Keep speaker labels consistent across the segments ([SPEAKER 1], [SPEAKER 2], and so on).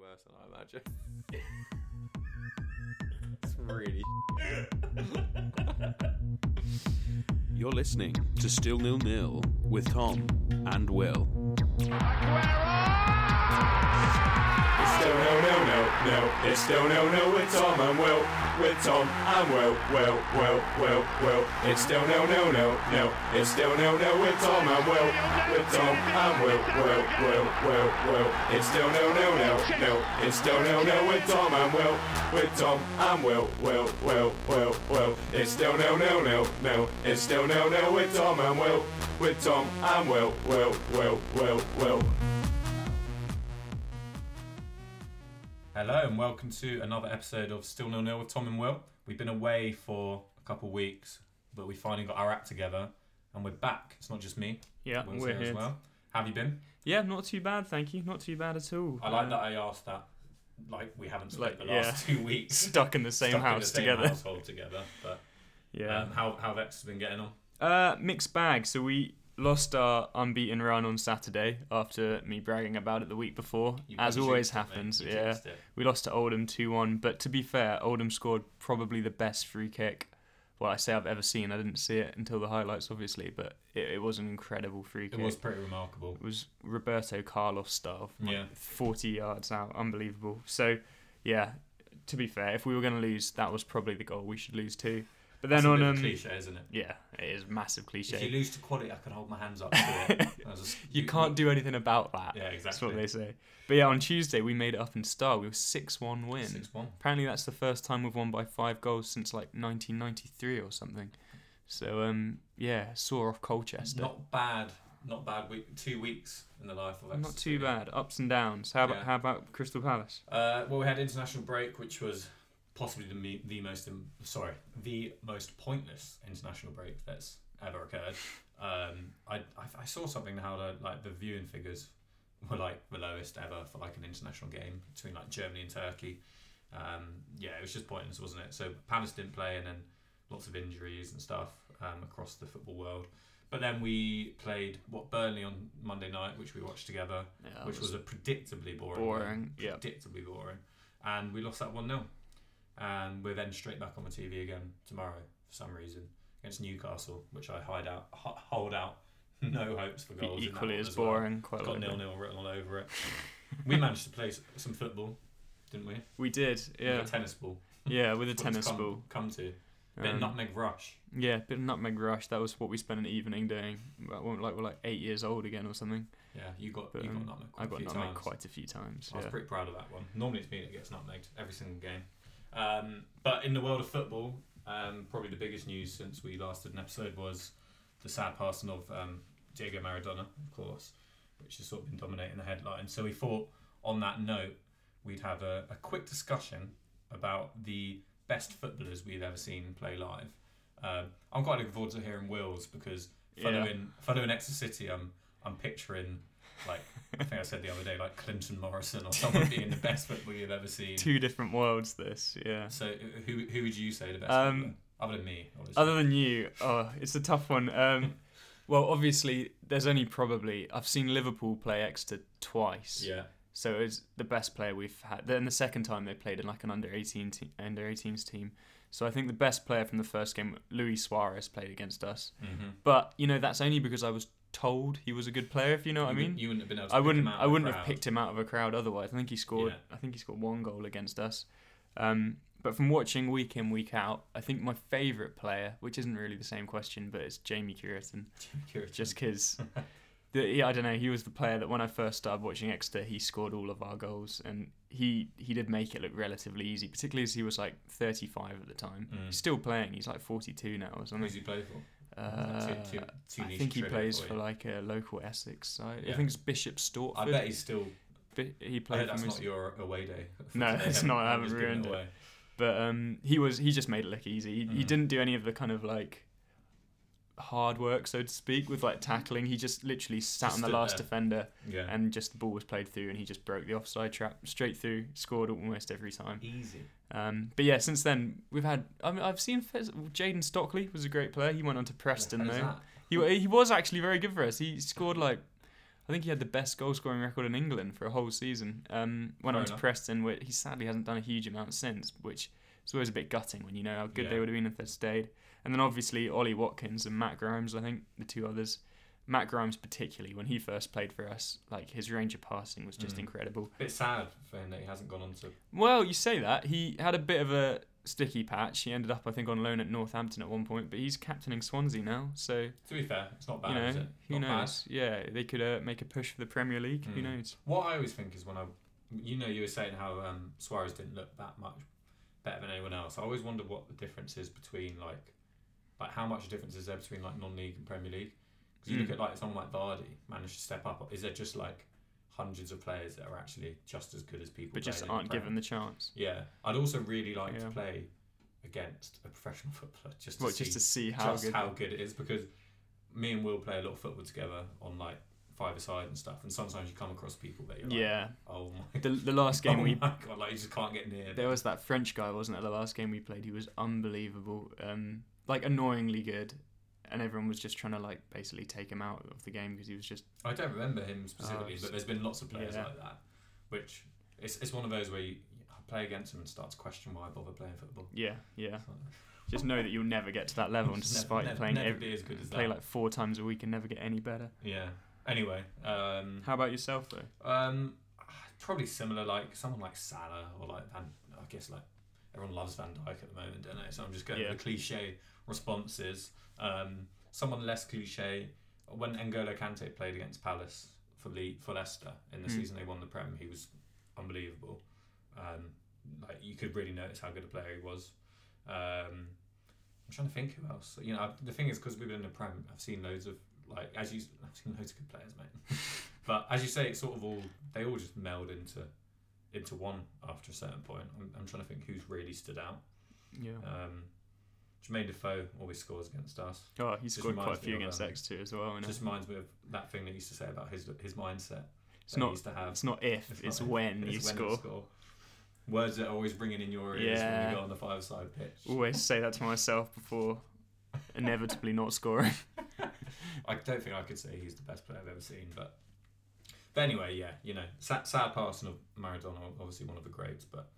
[SPEAKER 1] person, I imagine. it's really.
[SPEAKER 2] You're listening to Still Nil Nil with Tom and Will.
[SPEAKER 3] It's still no, no, no, no. It's still no, no with Tom and Will. With Tom and Will, Will, Will, Will, Will. It's still no, no, no, no. It's still no, no with Tom and Will. With Tom and Will, Will, Will, Will, Will. It's still no, no, no, no. It's still no, no with Tom and Will. With Tom and Will, Will, Will, Will, Will. It's still no, no, no, no. It's still no, no with Tom and Will. With Tom and Will, Will, Will, Will, Will.
[SPEAKER 4] Hello and welcome to another episode of Still Nil Nil with Tom and Will. We've been away for a couple of weeks, but we finally got our act together and we're back. It's not just me.
[SPEAKER 5] Yeah,
[SPEAKER 4] Will's
[SPEAKER 5] we're
[SPEAKER 4] here as
[SPEAKER 5] here.
[SPEAKER 4] well. Have you been?
[SPEAKER 5] Yeah, not too bad, thank you. Not too bad at all.
[SPEAKER 4] I like that I asked that. Like we haven't spent
[SPEAKER 5] Like,
[SPEAKER 4] the last
[SPEAKER 5] yeah.
[SPEAKER 4] two weeks
[SPEAKER 5] Stuck in the same
[SPEAKER 4] stuck in the
[SPEAKER 5] house
[SPEAKER 4] same
[SPEAKER 5] together.
[SPEAKER 4] household together. But
[SPEAKER 5] Yeah.
[SPEAKER 4] um, how how Vex has been getting on?
[SPEAKER 5] Uh, mixed bag. So we lost our unbeaten run on Saturday after me bragging about it the week before,
[SPEAKER 4] You-
[SPEAKER 5] as
[SPEAKER 4] you jinxed
[SPEAKER 5] always
[SPEAKER 4] it, mate.
[SPEAKER 5] happens.
[SPEAKER 4] You
[SPEAKER 5] Yeah,
[SPEAKER 4] jinxed it.
[SPEAKER 5] we lost to Oldham two-one. But to be fair, Oldham scored probably the best free kick. Well, I say I've ever seen. I didn't see it until the highlights, obviously, but it, it was an incredible free
[SPEAKER 4] It
[SPEAKER 5] kick.
[SPEAKER 4] was pretty remarkable.
[SPEAKER 5] It was Roberto Carlos style. from, like,
[SPEAKER 4] Yeah.
[SPEAKER 5] 40 yards out, unbelievable. So, yeah, to be fair, if we were going to lose, that was probably the goal we should lose too. But then
[SPEAKER 4] It's a
[SPEAKER 5] on
[SPEAKER 4] bit of
[SPEAKER 5] um,
[SPEAKER 4] a cliche, isn't it?
[SPEAKER 5] yeah, it is massive
[SPEAKER 4] If you
[SPEAKER 5] cliche. You,
[SPEAKER 4] lose to quality, I can hold my hands up to it. That was a s-
[SPEAKER 5] can't do anything about that.
[SPEAKER 4] Yeah,
[SPEAKER 5] That's what
[SPEAKER 4] exactly.
[SPEAKER 5] they say. But yeah, on Tuesday we made it up in style. We were six-one win.
[SPEAKER 4] Six one.
[SPEAKER 5] Apparently that's the first time we've won by five goals since like 1993 or something. So um, yeah, saw off Colchester.
[SPEAKER 4] Not bad. Not bad. Week, two weeks in the life of Exeter.
[SPEAKER 5] Not too bad. Ups and downs. How about
[SPEAKER 4] Yeah.
[SPEAKER 5] how about Crystal Palace?
[SPEAKER 4] Uh, well, we had international break, which was possibly the, me- the most im- sorry the most pointless international break that's ever occurred. Um, I, I I saw something how the like the viewing figures were like the lowest ever for like an international game between like Germany and Turkey. Um, yeah, it was just pointless, wasn't it? So Palace didn't play, and then lots of injuries and stuff um, across the football world. But then we played what Burnley on Monday night, which we watched together,
[SPEAKER 5] Yeah,
[SPEAKER 4] which
[SPEAKER 5] it
[SPEAKER 4] was, a predictably boring. game
[SPEAKER 5] boring. Yeah.
[SPEAKER 4] predictably boring. And we lost that 1 0. And we're then straight back on the TV again tomorrow for some reason against Newcastle, which I hide out, ho- hold out no hopes for goals. in that
[SPEAKER 5] equally
[SPEAKER 4] one
[SPEAKER 5] as
[SPEAKER 4] well.
[SPEAKER 5] boring. Quite
[SPEAKER 4] It's
[SPEAKER 5] a
[SPEAKER 4] Got
[SPEAKER 5] lot.
[SPEAKER 4] nil nil written all over it. we managed to play s- some football, didn't we?
[SPEAKER 5] We did,
[SPEAKER 4] With
[SPEAKER 5] yeah,
[SPEAKER 4] a tennis ball.
[SPEAKER 5] yeah, with a
[SPEAKER 4] What's
[SPEAKER 5] tennis
[SPEAKER 4] come,
[SPEAKER 5] ball.
[SPEAKER 4] Come to. Bit of
[SPEAKER 5] Um,
[SPEAKER 4] nutmeg rush.
[SPEAKER 5] yeah, bit of nutmeg rush. That was what we spent an evening doing. Well, we're like we're like eight years old again or something.
[SPEAKER 4] Yeah, you got
[SPEAKER 5] But
[SPEAKER 4] you got
[SPEAKER 5] um,
[SPEAKER 4] nutmeg quite
[SPEAKER 5] I
[SPEAKER 4] a
[SPEAKER 5] got
[SPEAKER 4] few
[SPEAKER 5] nutmeg
[SPEAKER 4] times.
[SPEAKER 5] quite a few times.
[SPEAKER 4] I was
[SPEAKER 5] yeah.
[SPEAKER 4] pretty proud of that one. Normally it's me that gets nutmegged every single game. Um, but in the world of football, um, probably the biggest news since we last did an episode was the sad passing of um, Diego Maradona, of course, which has sort of been dominating the headlines. So we thought on that note, we'd have a, a quick discussion about the best footballers we've ever seen play live. Um, I'm quite looking forward to hearing Will's because following following Exeter City, I'm I'm picturing like I think I said the other day like Clinton Morrison or someone being the best footballer you've ever seen.
[SPEAKER 5] Two different worlds. This, yeah.
[SPEAKER 4] So who who would you say the best?
[SPEAKER 5] Um,
[SPEAKER 4] footballer? other than me, obviously.
[SPEAKER 5] Other than you, oh, it's a tough one. Um, well, obviously, there's only probably I've seen Liverpool play Exeter twice.
[SPEAKER 4] yeah,
[SPEAKER 5] So it was the best player we've had. Then the second time they played in like an under 18 te- under 18s team. So I think the best player from the first game, Luis Suarez, played against us.
[SPEAKER 4] mm-hmm.
[SPEAKER 5] But you know that's only because I was told he was a good player. If you know what I mean.
[SPEAKER 4] you wouldn't have been able. To
[SPEAKER 5] I
[SPEAKER 4] pick
[SPEAKER 5] wouldn't.
[SPEAKER 4] him out
[SPEAKER 5] I
[SPEAKER 4] of the
[SPEAKER 5] wouldn't have
[SPEAKER 4] crowd.
[SPEAKER 5] picked him out of a crowd otherwise. I think he scored.
[SPEAKER 4] Yeah.
[SPEAKER 5] I think he scored one goal against us. Um, but from watching week in week out, I think my favourite player, which isn't really the same question, but it's Jamie Curtin
[SPEAKER 4] Curious.
[SPEAKER 5] just because yeah, I don't know he was the player that when I first started watching Exeter he scored all of our goals and he he did make it look relatively easy particularly as he was like 35 at the time
[SPEAKER 4] Mm.
[SPEAKER 5] he's still playing he's like 42 now or
[SPEAKER 4] Who does
[SPEAKER 5] something
[SPEAKER 4] he play for?
[SPEAKER 5] uh,
[SPEAKER 4] Two- two- two
[SPEAKER 5] I
[SPEAKER 4] niche
[SPEAKER 5] think he
[SPEAKER 4] trivia
[SPEAKER 5] plays
[SPEAKER 4] for
[SPEAKER 5] for
[SPEAKER 4] you.
[SPEAKER 5] like a local Essex side
[SPEAKER 4] Yeah.
[SPEAKER 5] I think it's Bishop Stortford
[SPEAKER 4] I bet he's still.
[SPEAKER 5] Bi- he
[SPEAKER 4] I
[SPEAKER 5] played
[SPEAKER 4] bet that's
[SPEAKER 5] for Mis-
[SPEAKER 4] not your away day.
[SPEAKER 5] No,
[SPEAKER 4] They
[SPEAKER 5] it's not, I
[SPEAKER 4] they've
[SPEAKER 5] haven't
[SPEAKER 4] just given
[SPEAKER 5] ruined it.
[SPEAKER 4] away.
[SPEAKER 5] but um, he was he just made it look easy. He, he
[SPEAKER 4] Mhm.
[SPEAKER 5] didn't do any of the kind of like hard work, so to speak, with like tackling. He just literally
[SPEAKER 4] Mm-hmm.
[SPEAKER 5] sat
[SPEAKER 4] Just
[SPEAKER 5] on the
[SPEAKER 4] stood
[SPEAKER 5] last
[SPEAKER 4] there.
[SPEAKER 5] defender,
[SPEAKER 4] Yeah,
[SPEAKER 5] and just the ball was played through, and he just broke the offside trap straight through, scored almost every time.
[SPEAKER 4] easy.
[SPEAKER 5] Um, but yeah, since then we've had I mean, I've seen Fez- Jaden Stockley was a great player. He went on to Preston
[SPEAKER 4] What the
[SPEAKER 5] though.
[SPEAKER 4] hell is that?
[SPEAKER 5] He he was actually very good for us. He scored like I think he had the best goal scoring record in England for a whole season. Um, went
[SPEAKER 4] Fair
[SPEAKER 5] on to
[SPEAKER 4] enough.
[SPEAKER 5] Preston, where he sadly hasn't done a huge amount since, which is always a bit gutting when you know how good
[SPEAKER 4] Yeah.
[SPEAKER 5] they would have been if they'd stayed. And then obviously Ollie Watkins and Matt Grimes, I think the two others. Matt Grimes particularly, when he first played for us, like his range of passing was just
[SPEAKER 4] Mm.
[SPEAKER 5] incredible.
[SPEAKER 4] Bit sad for him that he hasn't gone on to.
[SPEAKER 5] Well, you say that he had a bit of a sticky patch. He ended up, I think, on loan at Northampton at one point, but he's captaining Swansea now, so
[SPEAKER 4] To be fair, it's not bad,
[SPEAKER 5] you know,
[SPEAKER 4] is it?
[SPEAKER 5] who
[SPEAKER 4] Not bad.
[SPEAKER 5] knows? Yeah, they could uh, make a push for the Premier League. Who
[SPEAKER 4] Mm.
[SPEAKER 5] knows?
[SPEAKER 4] What I always think is when I, you know, you were saying how um, Suarez didn't look that much better than anyone else. I always wonder what the difference is between like, like how much difference is there between like non-league and Premier League? Because you
[SPEAKER 5] Mm.
[SPEAKER 4] look at like someone like Vardy managed to step up. Is there just like hundreds of players that are actually just as good as people,
[SPEAKER 5] But just
[SPEAKER 4] playing in
[SPEAKER 5] aren't
[SPEAKER 4] Prem?
[SPEAKER 5] given the chance.
[SPEAKER 4] Yeah, I'd also really like to
[SPEAKER 5] Yeah.
[SPEAKER 4] play against a professional footballer just to
[SPEAKER 5] Well,
[SPEAKER 4] see
[SPEAKER 5] just to see how
[SPEAKER 4] just
[SPEAKER 5] good.
[SPEAKER 4] how good it is because me and Will play a lot of football together on like five aside and stuff, and sometimes you come across people that you're like,
[SPEAKER 5] yeah,
[SPEAKER 4] oh my
[SPEAKER 5] the the last game
[SPEAKER 4] oh
[SPEAKER 5] we
[SPEAKER 4] my god, like you just can't get near.
[SPEAKER 5] there was that French guy, wasn't it? The last game we played, he was unbelievable. Um, like annoyingly good, and everyone was just trying to like basically take him out of the game because he was just
[SPEAKER 4] I don't remember him specifically,
[SPEAKER 5] it's-
[SPEAKER 4] but there's been lots of players
[SPEAKER 5] Oh, yeah.
[SPEAKER 4] like that, which it's it's one of those where you I play against them and start to question why I bother playing football.
[SPEAKER 5] yeah yeah.
[SPEAKER 4] It's like,
[SPEAKER 5] Just know that you'll never get to that level, and
[SPEAKER 4] Just never-
[SPEAKER 5] despite
[SPEAKER 4] never-
[SPEAKER 5] playing
[SPEAKER 4] never
[SPEAKER 5] every,
[SPEAKER 4] be as good as
[SPEAKER 5] play
[SPEAKER 4] that.
[SPEAKER 5] like four times a week and never get any better.
[SPEAKER 4] Yeah. Anyway, um,
[SPEAKER 5] How about yourself though?
[SPEAKER 4] Um, probably similar, like someone like Salah or like Van. I guess like everyone loves Van Dyke at the moment, don't they? So I'm just going
[SPEAKER 5] Yeah.
[SPEAKER 4] with the cliche responses. Um, someone less cliche. When N'Golo Kante played against Palace for Le- for Leicester in the
[SPEAKER 5] Mm.
[SPEAKER 4] season they won the Prem, he was unbelievable. Um, like you could really notice how good a player he was. Um, I'm trying to think who else. You know, I, the thing is, because we've been in the Prem, I've seen loads of like as you. I've seen loads of good players, mate. But as you say, it's sort of all they all just meld into into one after a certain point. I'm, I'm trying to think who's really stood out.
[SPEAKER 5] Yeah.
[SPEAKER 4] Um, Jermaine Defoe always scores against us.
[SPEAKER 5] oh, he scored quite a
[SPEAKER 4] reminds me
[SPEAKER 5] few
[SPEAKER 4] of,
[SPEAKER 5] against
[SPEAKER 4] um,
[SPEAKER 5] X two as well. And
[SPEAKER 4] Just reminds me of that thing that he used to say about his his mindset.
[SPEAKER 5] it's
[SPEAKER 4] that he
[SPEAKER 5] not
[SPEAKER 4] used to have.
[SPEAKER 5] It's not if, it's,
[SPEAKER 4] It's not if,
[SPEAKER 5] when
[SPEAKER 4] It's
[SPEAKER 5] you
[SPEAKER 4] when
[SPEAKER 5] score.
[SPEAKER 4] Words that are always ringing in your ears when
[SPEAKER 5] Yeah.
[SPEAKER 4] you go on the five side pitch.
[SPEAKER 5] Always say that to myself before inevitably not scoring.
[SPEAKER 4] I don't think I could say he's the best player I've ever seen, but but anyway, yeah, you know, sad, sad passing of Maradona, obviously one of the greats, but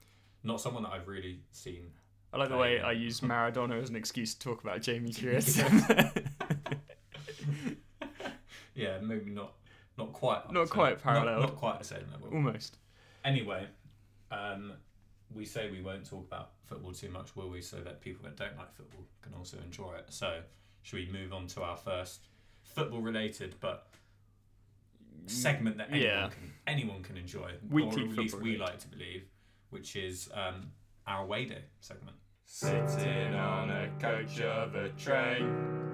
[SPEAKER 4] not someone that I've really seen.
[SPEAKER 5] I like the way
[SPEAKER 4] Yeah.
[SPEAKER 5] I use Maradona as an excuse to talk about Jamie Curious.
[SPEAKER 4] Yeah, maybe not not quite up
[SPEAKER 5] Not
[SPEAKER 4] to-
[SPEAKER 5] quite parallel.
[SPEAKER 4] Not, not quite the same level.
[SPEAKER 5] Almost.
[SPEAKER 4] Anyway, um, we say we won't talk about football too much, will we? So that people that don't like football can also enjoy it. So, should we move on to our first football-related but segment that anyone
[SPEAKER 5] Yeah.
[SPEAKER 4] can anyone can enjoy,
[SPEAKER 5] Weekly
[SPEAKER 4] or at least
[SPEAKER 5] football
[SPEAKER 4] we
[SPEAKER 5] related.
[SPEAKER 4] like to believe, which is um, our away day segment. Sitting on a coach of a train.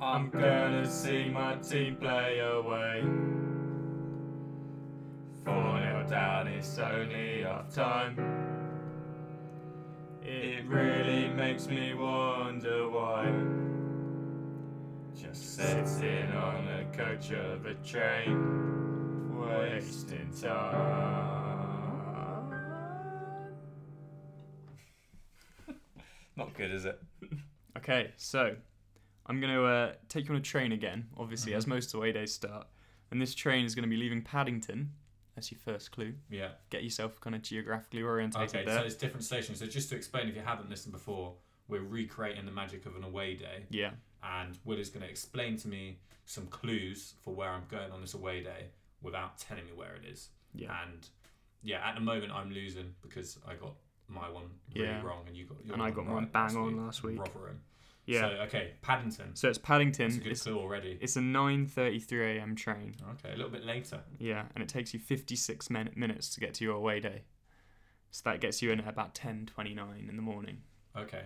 [SPEAKER 4] I'm gonna see my team play away. 4 0 down, it's only off time. It really makes me wonder why. Just sitting on a coach of a train, wasting time. Not good, is it?
[SPEAKER 5] Okay, so I'm going to uh, take you on a train again, obviously, as
[SPEAKER 4] Mm-hmm.
[SPEAKER 5] most away days start. And this train is going to be leaving Paddington. That's your first clue.
[SPEAKER 4] Yeah.
[SPEAKER 5] Get yourself kind of geographically orientated
[SPEAKER 4] Okay,
[SPEAKER 5] there.
[SPEAKER 4] so it's different stations. So just to explain, if you haven't listened before, we're recreating the magic of an away day,
[SPEAKER 5] yeah.
[SPEAKER 4] and Will is going to explain to me some clues for where I'm going on this away day without telling me where it is.
[SPEAKER 5] Yeah.
[SPEAKER 4] And yeah, at the moment I'm losing because I got my one really
[SPEAKER 5] Yeah.
[SPEAKER 4] wrong, and you got your
[SPEAKER 5] And I
[SPEAKER 4] one
[SPEAKER 5] got mine
[SPEAKER 4] right
[SPEAKER 5] bang on last week.
[SPEAKER 4] Rotherham. So
[SPEAKER 5] Yeah. So,
[SPEAKER 4] okay, Paddington.
[SPEAKER 5] it's Paddington.
[SPEAKER 4] That's a good
[SPEAKER 5] it's,
[SPEAKER 4] clue already.
[SPEAKER 5] it's a 9.33 a.m. train.
[SPEAKER 4] Okay, a little bit later.
[SPEAKER 5] Yeah, and it takes you 56 min- minutes to get to your away day. So that gets you in at about 10.29 in the morning.
[SPEAKER 4] Okay.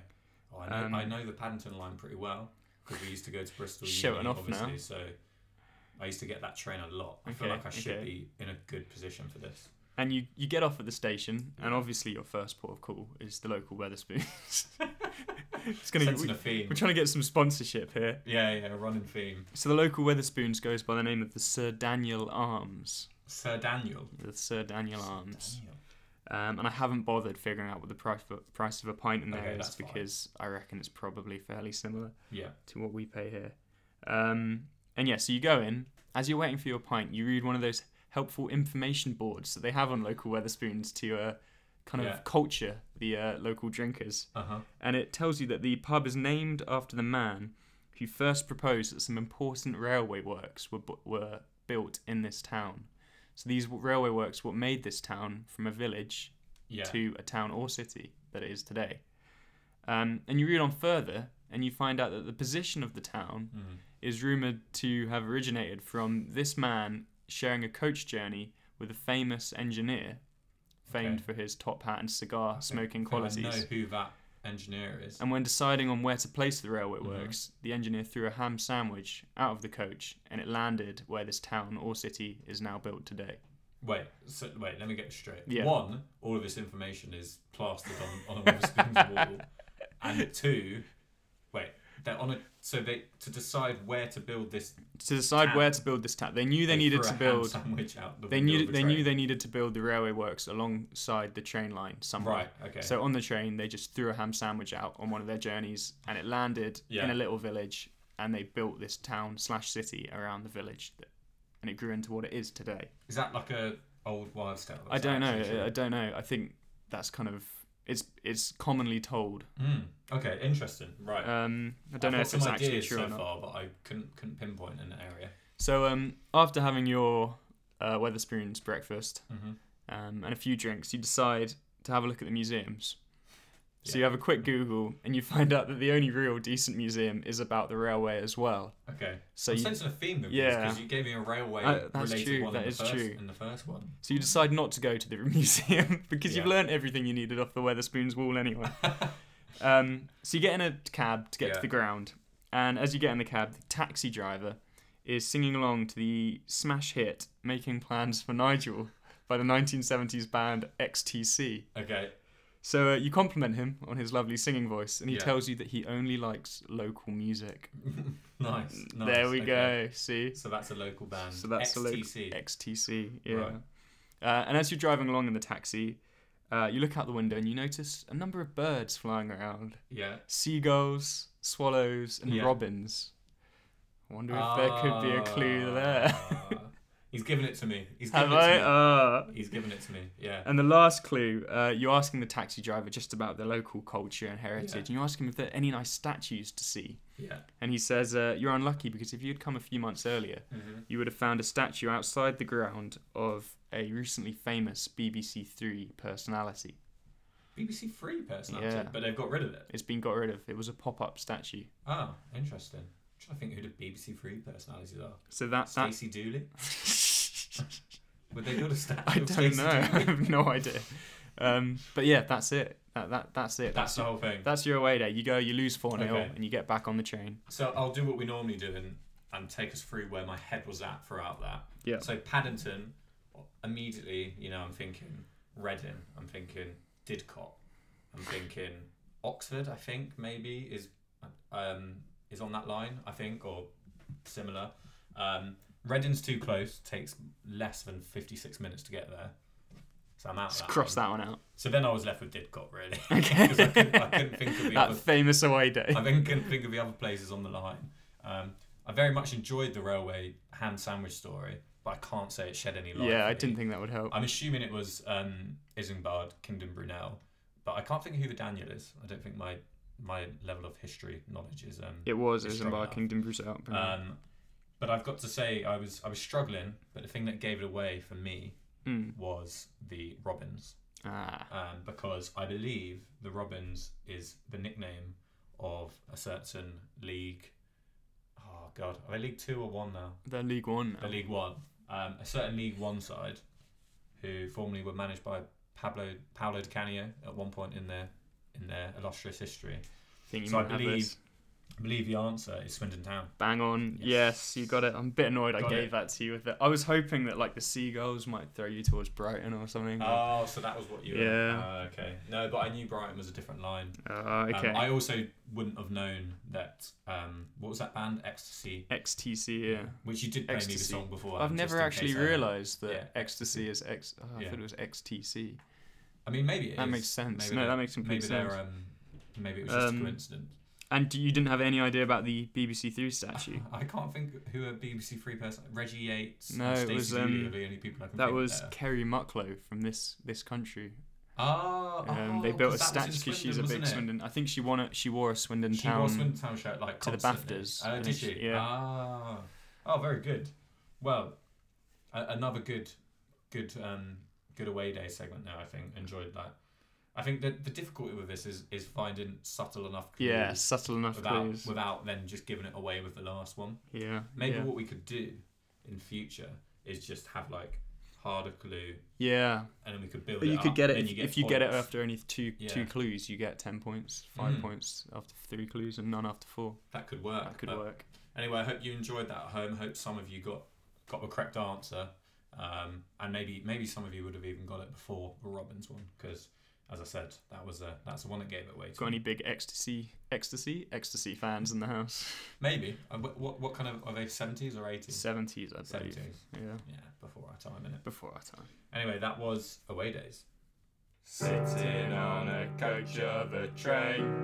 [SPEAKER 4] Oh, I know
[SPEAKER 5] Um,
[SPEAKER 4] I know the Paddington line pretty well because we used to go to Bristol.
[SPEAKER 5] Shouting
[SPEAKER 4] Uni,
[SPEAKER 5] off now.
[SPEAKER 4] obviously, So I used to get that train a lot. I feel
[SPEAKER 5] Okay,
[SPEAKER 4] like I should
[SPEAKER 5] okay.
[SPEAKER 4] be in a good position for this.
[SPEAKER 5] And you, you get off at the station, and obviously your first port of call is the local Weatherspoons. it's gonna
[SPEAKER 4] Sensing
[SPEAKER 5] we,
[SPEAKER 4] a theme.
[SPEAKER 5] we're trying to get some sponsorship here.
[SPEAKER 4] Yeah, yeah, a running theme.
[SPEAKER 5] So the local Weatherspoons goes by the name of the Sir Daniel Arms.
[SPEAKER 4] Sir Daniel.
[SPEAKER 5] The Sir Daniel Arms. Um, and I haven't bothered figuring out what the price of, price of a pint in there is
[SPEAKER 4] Okay, that's fine.
[SPEAKER 5] because I reckon it's probably fairly similar
[SPEAKER 4] Yeah.
[SPEAKER 5] to what we pay here. Um, And yeah, so you go in, as you're waiting for your pint, you read one of those helpful information boards that they have on local Weatherspoons to uh, kind of
[SPEAKER 4] Yeah.
[SPEAKER 5] culture the uh, local drinkers.
[SPEAKER 4] Uh huh.
[SPEAKER 5] And it tells you that the pub is named after the man who first proposed that some important railway works were, bu- were built in this town. So these w- railway works what made this town from a village
[SPEAKER 4] Yeah.
[SPEAKER 5] to a town or city that it is today. Um, and you read on further, and you find out that the position of the town
[SPEAKER 4] Mm-hmm.
[SPEAKER 5] is rumored to have originated from this man sharing a coach journey with a famous engineer, famed
[SPEAKER 4] Okay.
[SPEAKER 5] for his top hat and cigar smoking qualities. Um,
[SPEAKER 4] I know who that engineer is.
[SPEAKER 5] And when deciding on where to place the railway
[SPEAKER 4] Mm-hmm.
[SPEAKER 5] works, the engineer threw a ham sandwich out of the coach, and it landed where this town or city is now built today.
[SPEAKER 4] Wait, so, wait. Let me get this straight.
[SPEAKER 5] Yeah.
[SPEAKER 4] One, all of this information is plastered on on a Weatherspoons wall, and two, wait. They're on a so they to decide where to build this.
[SPEAKER 5] To decide where
[SPEAKER 4] Town.
[SPEAKER 5] to build this town, they knew they, needed
[SPEAKER 4] threw
[SPEAKER 5] to
[SPEAKER 4] a ham
[SPEAKER 5] build.
[SPEAKER 4] sandwich out. The
[SPEAKER 5] They
[SPEAKER 4] window
[SPEAKER 5] knew
[SPEAKER 4] of a
[SPEAKER 5] they knew
[SPEAKER 4] train.
[SPEAKER 5] they needed to build the railway works alongside the train line somewhere.
[SPEAKER 4] Right. Okay.
[SPEAKER 5] So on the train, they just threw a ham sandwich out on one of their journeys, and it landed in
[SPEAKER 4] Yeah.
[SPEAKER 5] a little village, and they built this town slash city around the village, that, and it grew into what it is today.
[SPEAKER 4] is that like a old wives' tale?
[SPEAKER 5] I
[SPEAKER 4] Is that
[SPEAKER 5] don't know.
[SPEAKER 4] actually true?
[SPEAKER 5] I- I don't know. I think that's kind of it's it's commonly told.
[SPEAKER 4] Hmm, okay. Interesting. Right.
[SPEAKER 5] Um, I
[SPEAKER 4] I've
[SPEAKER 5] don't know
[SPEAKER 4] got
[SPEAKER 5] if it's
[SPEAKER 4] some
[SPEAKER 5] actually
[SPEAKER 4] ideas
[SPEAKER 5] true
[SPEAKER 4] so
[SPEAKER 5] or not.
[SPEAKER 4] far, but I couldn't couldn't pinpoint an area.
[SPEAKER 5] So um, after having your uh, Weatherspoons breakfast
[SPEAKER 4] Mhm.
[SPEAKER 5] um, and a few drinks, you decide to have a look at the museums. So
[SPEAKER 4] Yeah.
[SPEAKER 5] you have a quick Google and you find out that the only real decent museum is so you, railway as well.
[SPEAKER 4] Okay.
[SPEAKER 5] So
[SPEAKER 4] I'm
[SPEAKER 5] you-
[SPEAKER 4] sensing a theme with
[SPEAKER 5] yeah.
[SPEAKER 4] because you gave me a railway
[SPEAKER 5] Uh, that's
[SPEAKER 4] related
[SPEAKER 5] true,
[SPEAKER 4] one
[SPEAKER 5] that
[SPEAKER 4] in,
[SPEAKER 5] is
[SPEAKER 4] the first,
[SPEAKER 5] true.
[SPEAKER 4] in the first one.
[SPEAKER 5] So you decide not to go to the museum because you've
[SPEAKER 4] Yeah.
[SPEAKER 5] learnt everything you needed off the Weatherspoons wall anyway. um, so you get in a cab to get to
[SPEAKER 4] Yeah.
[SPEAKER 5] the ground, and as you get in the cab, the taxi driver is singing along to the smash hit "Making Plans for Nigel" by the 1970s band XTC.
[SPEAKER 4] Okay.
[SPEAKER 5] So uh, you compliment him on his lovely singing voice, and he
[SPEAKER 4] Yeah.
[SPEAKER 5] tells you that he only likes local music.
[SPEAKER 4] Nice. nice.
[SPEAKER 5] there we
[SPEAKER 4] okay.
[SPEAKER 5] go. See.
[SPEAKER 4] So that's a local band.
[SPEAKER 5] So that's the local
[SPEAKER 4] XTC.
[SPEAKER 5] XTC. Yeah.
[SPEAKER 4] Right.
[SPEAKER 5] Uh, and as you're driving along in the taxi, uh, you look out the window and you notice a number of birds flying around:
[SPEAKER 4] Yeah.
[SPEAKER 5] seagulls, swallows, and
[SPEAKER 4] Yeah.
[SPEAKER 5] robins. I wonder if there could be a clue there.
[SPEAKER 4] Ah. He's given it to me. He's given
[SPEAKER 5] Have
[SPEAKER 4] Ah. it
[SPEAKER 5] I?
[SPEAKER 4] to me.
[SPEAKER 5] Uh,
[SPEAKER 4] He's given it to me. Yeah.
[SPEAKER 5] and the last clue, uh, you're asking the taxi driver just about their local culture and heritage,
[SPEAKER 4] Yeah.
[SPEAKER 5] and you ask him if there are any nice statues to see.
[SPEAKER 4] Yeah.
[SPEAKER 5] And he says, uh, You're unlucky because if you'd come a few months earlier,
[SPEAKER 4] Mhm.
[SPEAKER 5] you would have found a statue outside the ground of a recently famous BBC Three personality.
[SPEAKER 4] BBC Three personality,
[SPEAKER 5] Yeah.
[SPEAKER 4] but they've got rid of it.
[SPEAKER 5] It's been got rid of. It was a pop-up statue.
[SPEAKER 4] Oh, interesting. I'm trying to think who the BBC Three personalities are.
[SPEAKER 5] So that that
[SPEAKER 4] Stacey Dooley. Would they build a statue?
[SPEAKER 5] I
[SPEAKER 4] of
[SPEAKER 5] don't
[SPEAKER 4] Stacey
[SPEAKER 5] know.
[SPEAKER 4] Dooley?
[SPEAKER 5] I have no idea. Um, but yeah, that's it. That, that that's it.
[SPEAKER 4] That's the whole thing.
[SPEAKER 5] that's your away day. You go, you lose four 0
[SPEAKER 4] Okay.
[SPEAKER 5] and you get back on the train.
[SPEAKER 4] So I'll do what we normally do and, and take us through where my head was at throughout that.
[SPEAKER 5] Yeah.
[SPEAKER 4] So Paddington, immediately, you know, I'm thinking Reading, I'm thinking Didcot, I'm thinking Oxford. I think maybe is um, is on that line. I think or similar. Um, Reading's too close. Takes less than fifty six minutes to get there. So I'm out.
[SPEAKER 5] Just
[SPEAKER 4] that
[SPEAKER 5] cross
[SPEAKER 4] one.
[SPEAKER 5] that one out.
[SPEAKER 4] So then I was left with Didcot really.
[SPEAKER 5] Okay.
[SPEAKER 4] 'Cause I, couldn't, I couldn't think of the
[SPEAKER 5] that
[SPEAKER 4] other
[SPEAKER 5] famous away day.
[SPEAKER 4] I then couldn't think of the other places on the line. Um, I very much enjoyed the railway ham sandwich story, but I can't say it shed any light.
[SPEAKER 5] yeah,
[SPEAKER 4] for
[SPEAKER 5] I
[SPEAKER 4] me.
[SPEAKER 5] didn't think that would help.
[SPEAKER 4] I'm assuming it was um, Isambard, Kingdom Brunel, but I can't think of who the Daniel is. I don't think my my level of history knowledge is. Um,
[SPEAKER 5] it was
[SPEAKER 4] it's strong
[SPEAKER 5] Isambard
[SPEAKER 4] enough.
[SPEAKER 5] Kingdom Brussels.
[SPEAKER 4] um, but I've got to say I was I was struggling, but the thing that gave it away for me
[SPEAKER 5] Mm.
[SPEAKER 4] was the Robins
[SPEAKER 5] Ah,
[SPEAKER 4] um, because I believe the Robins is the nickname of a certain league. Oh God, are they League Two or One now?
[SPEAKER 5] they're League One. now.
[SPEAKER 4] The League One. Um, a certain League One side, who formerly were managed by Pablo Paolo Di Canio at one point in their in their illustrious history.
[SPEAKER 5] think you
[SPEAKER 4] so I
[SPEAKER 5] might have
[SPEAKER 4] believe-
[SPEAKER 5] this.
[SPEAKER 4] I believe the answer is Swindon Town.
[SPEAKER 5] Bang on.
[SPEAKER 4] Yes.
[SPEAKER 5] Yes. you got it. I'm a bit annoyed I
[SPEAKER 4] Got
[SPEAKER 5] gave
[SPEAKER 4] it.
[SPEAKER 5] that to you with it. I was hoping that like the seagulls might throw you towards Brighton or something.
[SPEAKER 4] Oh, so that was what you. Were.
[SPEAKER 5] Yeah.
[SPEAKER 4] Ah, okay. No, but I knew Brighton was a different line.
[SPEAKER 5] Ah,
[SPEAKER 4] Um,
[SPEAKER 5] okay.
[SPEAKER 4] I also wouldn't have known that. Um, what was that band? Ecstasy.
[SPEAKER 5] XTC, yeah.
[SPEAKER 4] Which you did play me the
[SPEAKER 5] Ecstasy.
[SPEAKER 4] song before.
[SPEAKER 5] I've
[SPEAKER 4] just
[SPEAKER 5] never
[SPEAKER 4] in
[SPEAKER 5] actually
[SPEAKER 4] case I-
[SPEAKER 5] realised that
[SPEAKER 4] Yeah,
[SPEAKER 5] ecstasy is X. oh, I
[SPEAKER 4] Yeah.
[SPEAKER 5] thought it was XTC.
[SPEAKER 4] I mean, maybe it
[SPEAKER 5] That
[SPEAKER 4] is.
[SPEAKER 5] makes sense.
[SPEAKER 4] Maybe
[SPEAKER 5] no,
[SPEAKER 4] they-
[SPEAKER 5] that makes complete
[SPEAKER 4] maybe they're,
[SPEAKER 5] sense.
[SPEAKER 4] Um, maybe it was just
[SPEAKER 5] Um,
[SPEAKER 4] a coincidence.
[SPEAKER 5] And you didn't have any idea about the BBC Three statue.
[SPEAKER 4] I can't think who a BBC Three person. Reggie Yates.
[SPEAKER 5] No,
[SPEAKER 4] and
[SPEAKER 5] it
[SPEAKER 4] Stacey
[SPEAKER 5] was,
[SPEAKER 4] Dooley
[SPEAKER 5] um,
[SPEAKER 4] are the only people I can
[SPEAKER 5] That
[SPEAKER 4] think
[SPEAKER 5] was
[SPEAKER 4] there.
[SPEAKER 5] Kerry Mucklow from this this country.
[SPEAKER 4] Oh,
[SPEAKER 5] Um,
[SPEAKER 4] oh,
[SPEAKER 5] they built a
[SPEAKER 4] 'cause that
[SPEAKER 5] statue
[SPEAKER 4] was in
[SPEAKER 5] because she's a
[SPEAKER 4] Swindon,
[SPEAKER 5] big
[SPEAKER 4] wasn't it?
[SPEAKER 5] Swindon. I think she won a, She wore a Swindon
[SPEAKER 4] She
[SPEAKER 5] town.
[SPEAKER 4] wore a Swindon Town shirt like
[SPEAKER 5] to the
[SPEAKER 4] constantly.
[SPEAKER 5] BAFTAs,
[SPEAKER 4] Oh,
[SPEAKER 5] and
[SPEAKER 4] did
[SPEAKER 5] she-
[SPEAKER 4] she?
[SPEAKER 5] yeah.
[SPEAKER 4] Ah, oh, very good. Well, a- another good, good, um, good away day segment. Now I think enjoyed that. I think that the difficulty with this is is finding subtle enough clues
[SPEAKER 5] yeah, subtle enough
[SPEAKER 4] without
[SPEAKER 5] clues.
[SPEAKER 4] without then just giving it away with the last one.
[SPEAKER 5] yeah,
[SPEAKER 4] Maybe
[SPEAKER 5] yeah.
[SPEAKER 4] what we could do in future is just have like harder clue,
[SPEAKER 5] yeah.
[SPEAKER 4] and then we could build.
[SPEAKER 5] But
[SPEAKER 4] it
[SPEAKER 5] you could
[SPEAKER 4] up,
[SPEAKER 5] get
[SPEAKER 4] then
[SPEAKER 5] it if- if you get it
[SPEAKER 4] points.
[SPEAKER 5] after only two
[SPEAKER 4] Yeah.
[SPEAKER 5] two clues. You get ten points, five
[SPEAKER 4] Mhm.
[SPEAKER 5] points after three clues, and none after four.
[SPEAKER 4] That could work.
[SPEAKER 5] That could
[SPEAKER 4] but
[SPEAKER 5] work.
[SPEAKER 4] anyway, I hope you enjoyed that at home. Hope some of you got got the correct answer, um, and maybe maybe some of you would have even got it before the Robbins one because, as I said, that was a, that's the one that gave it away. To
[SPEAKER 5] Got
[SPEAKER 4] me.
[SPEAKER 5] any big ecstasy, ecstasy, ecstasy fans in the house?
[SPEAKER 4] Maybe Uh, wh- what what kind of are they seventies or eighties?
[SPEAKER 5] Seventies, I believe.
[SPEAKER 4] Seventies.
[SPEAKER 5] Yeah,
[SPEAKER 4] Yeah, before our time in it.
[SPEAKER 5] before our time.
[SPEAKER 4] Anyway, that was away days.
[SPEAKER 3] Sitting on a coach of a train.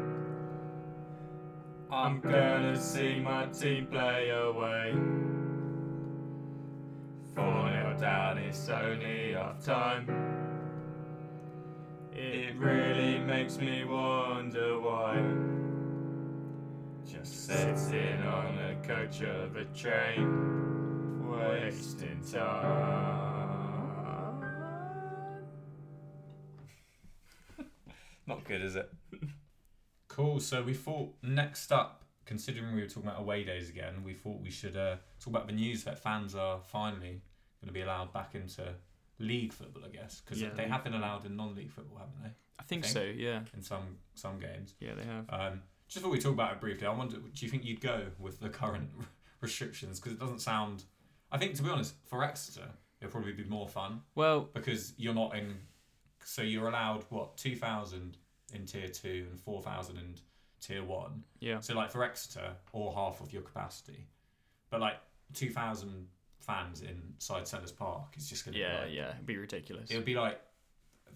[SPEAKER 3] I'm gonna see my team play away. 4 0 down, it's only off time. It really makes me wonder why. Just sitting on a coach of a train, wasting time.
[SPEAKER 4] Not good, is it? cool. So we thought next up, considering we were talking about away days again, we thought we should uh, talk about the news that fans are finally going to be allowed back into league football, I guess, because
[SPEAKER 5] Yeah.
[SPEAKER 4] they have been allowed in non-league football, haven't they?
[SPEAKER 5] I think,
[SPEAKER 4] think?
[SPEAKER 5] so. Yeah,
[SPEAKER 4] In some some games.
[SPEAKER 5] yeah, they have.
[SPEAKER 4] Um, just thought we talk about it briefly. I wonder, do you think you'd go with the current restrictions? Because it doesn't sound. I think to be honest, for Exeter, it'd probably be more fun
[SPEAKER 5] Well,
[SPEAKER 4] because you're not in so you're allowed what 2000 in tier 2 and 4000 in tier 1
[SPEAKER 5] yeah,
[SPEAKER 4] so like for exeter or half of your capacity but like 2000 fans inside Sellers park is just going to
[SPEAKER 5] yeah,
[SPEAKER 4] be like,
[SPEAKER 5] yeah. It'd be ridiculous.
[SPEAKER 4] it would be like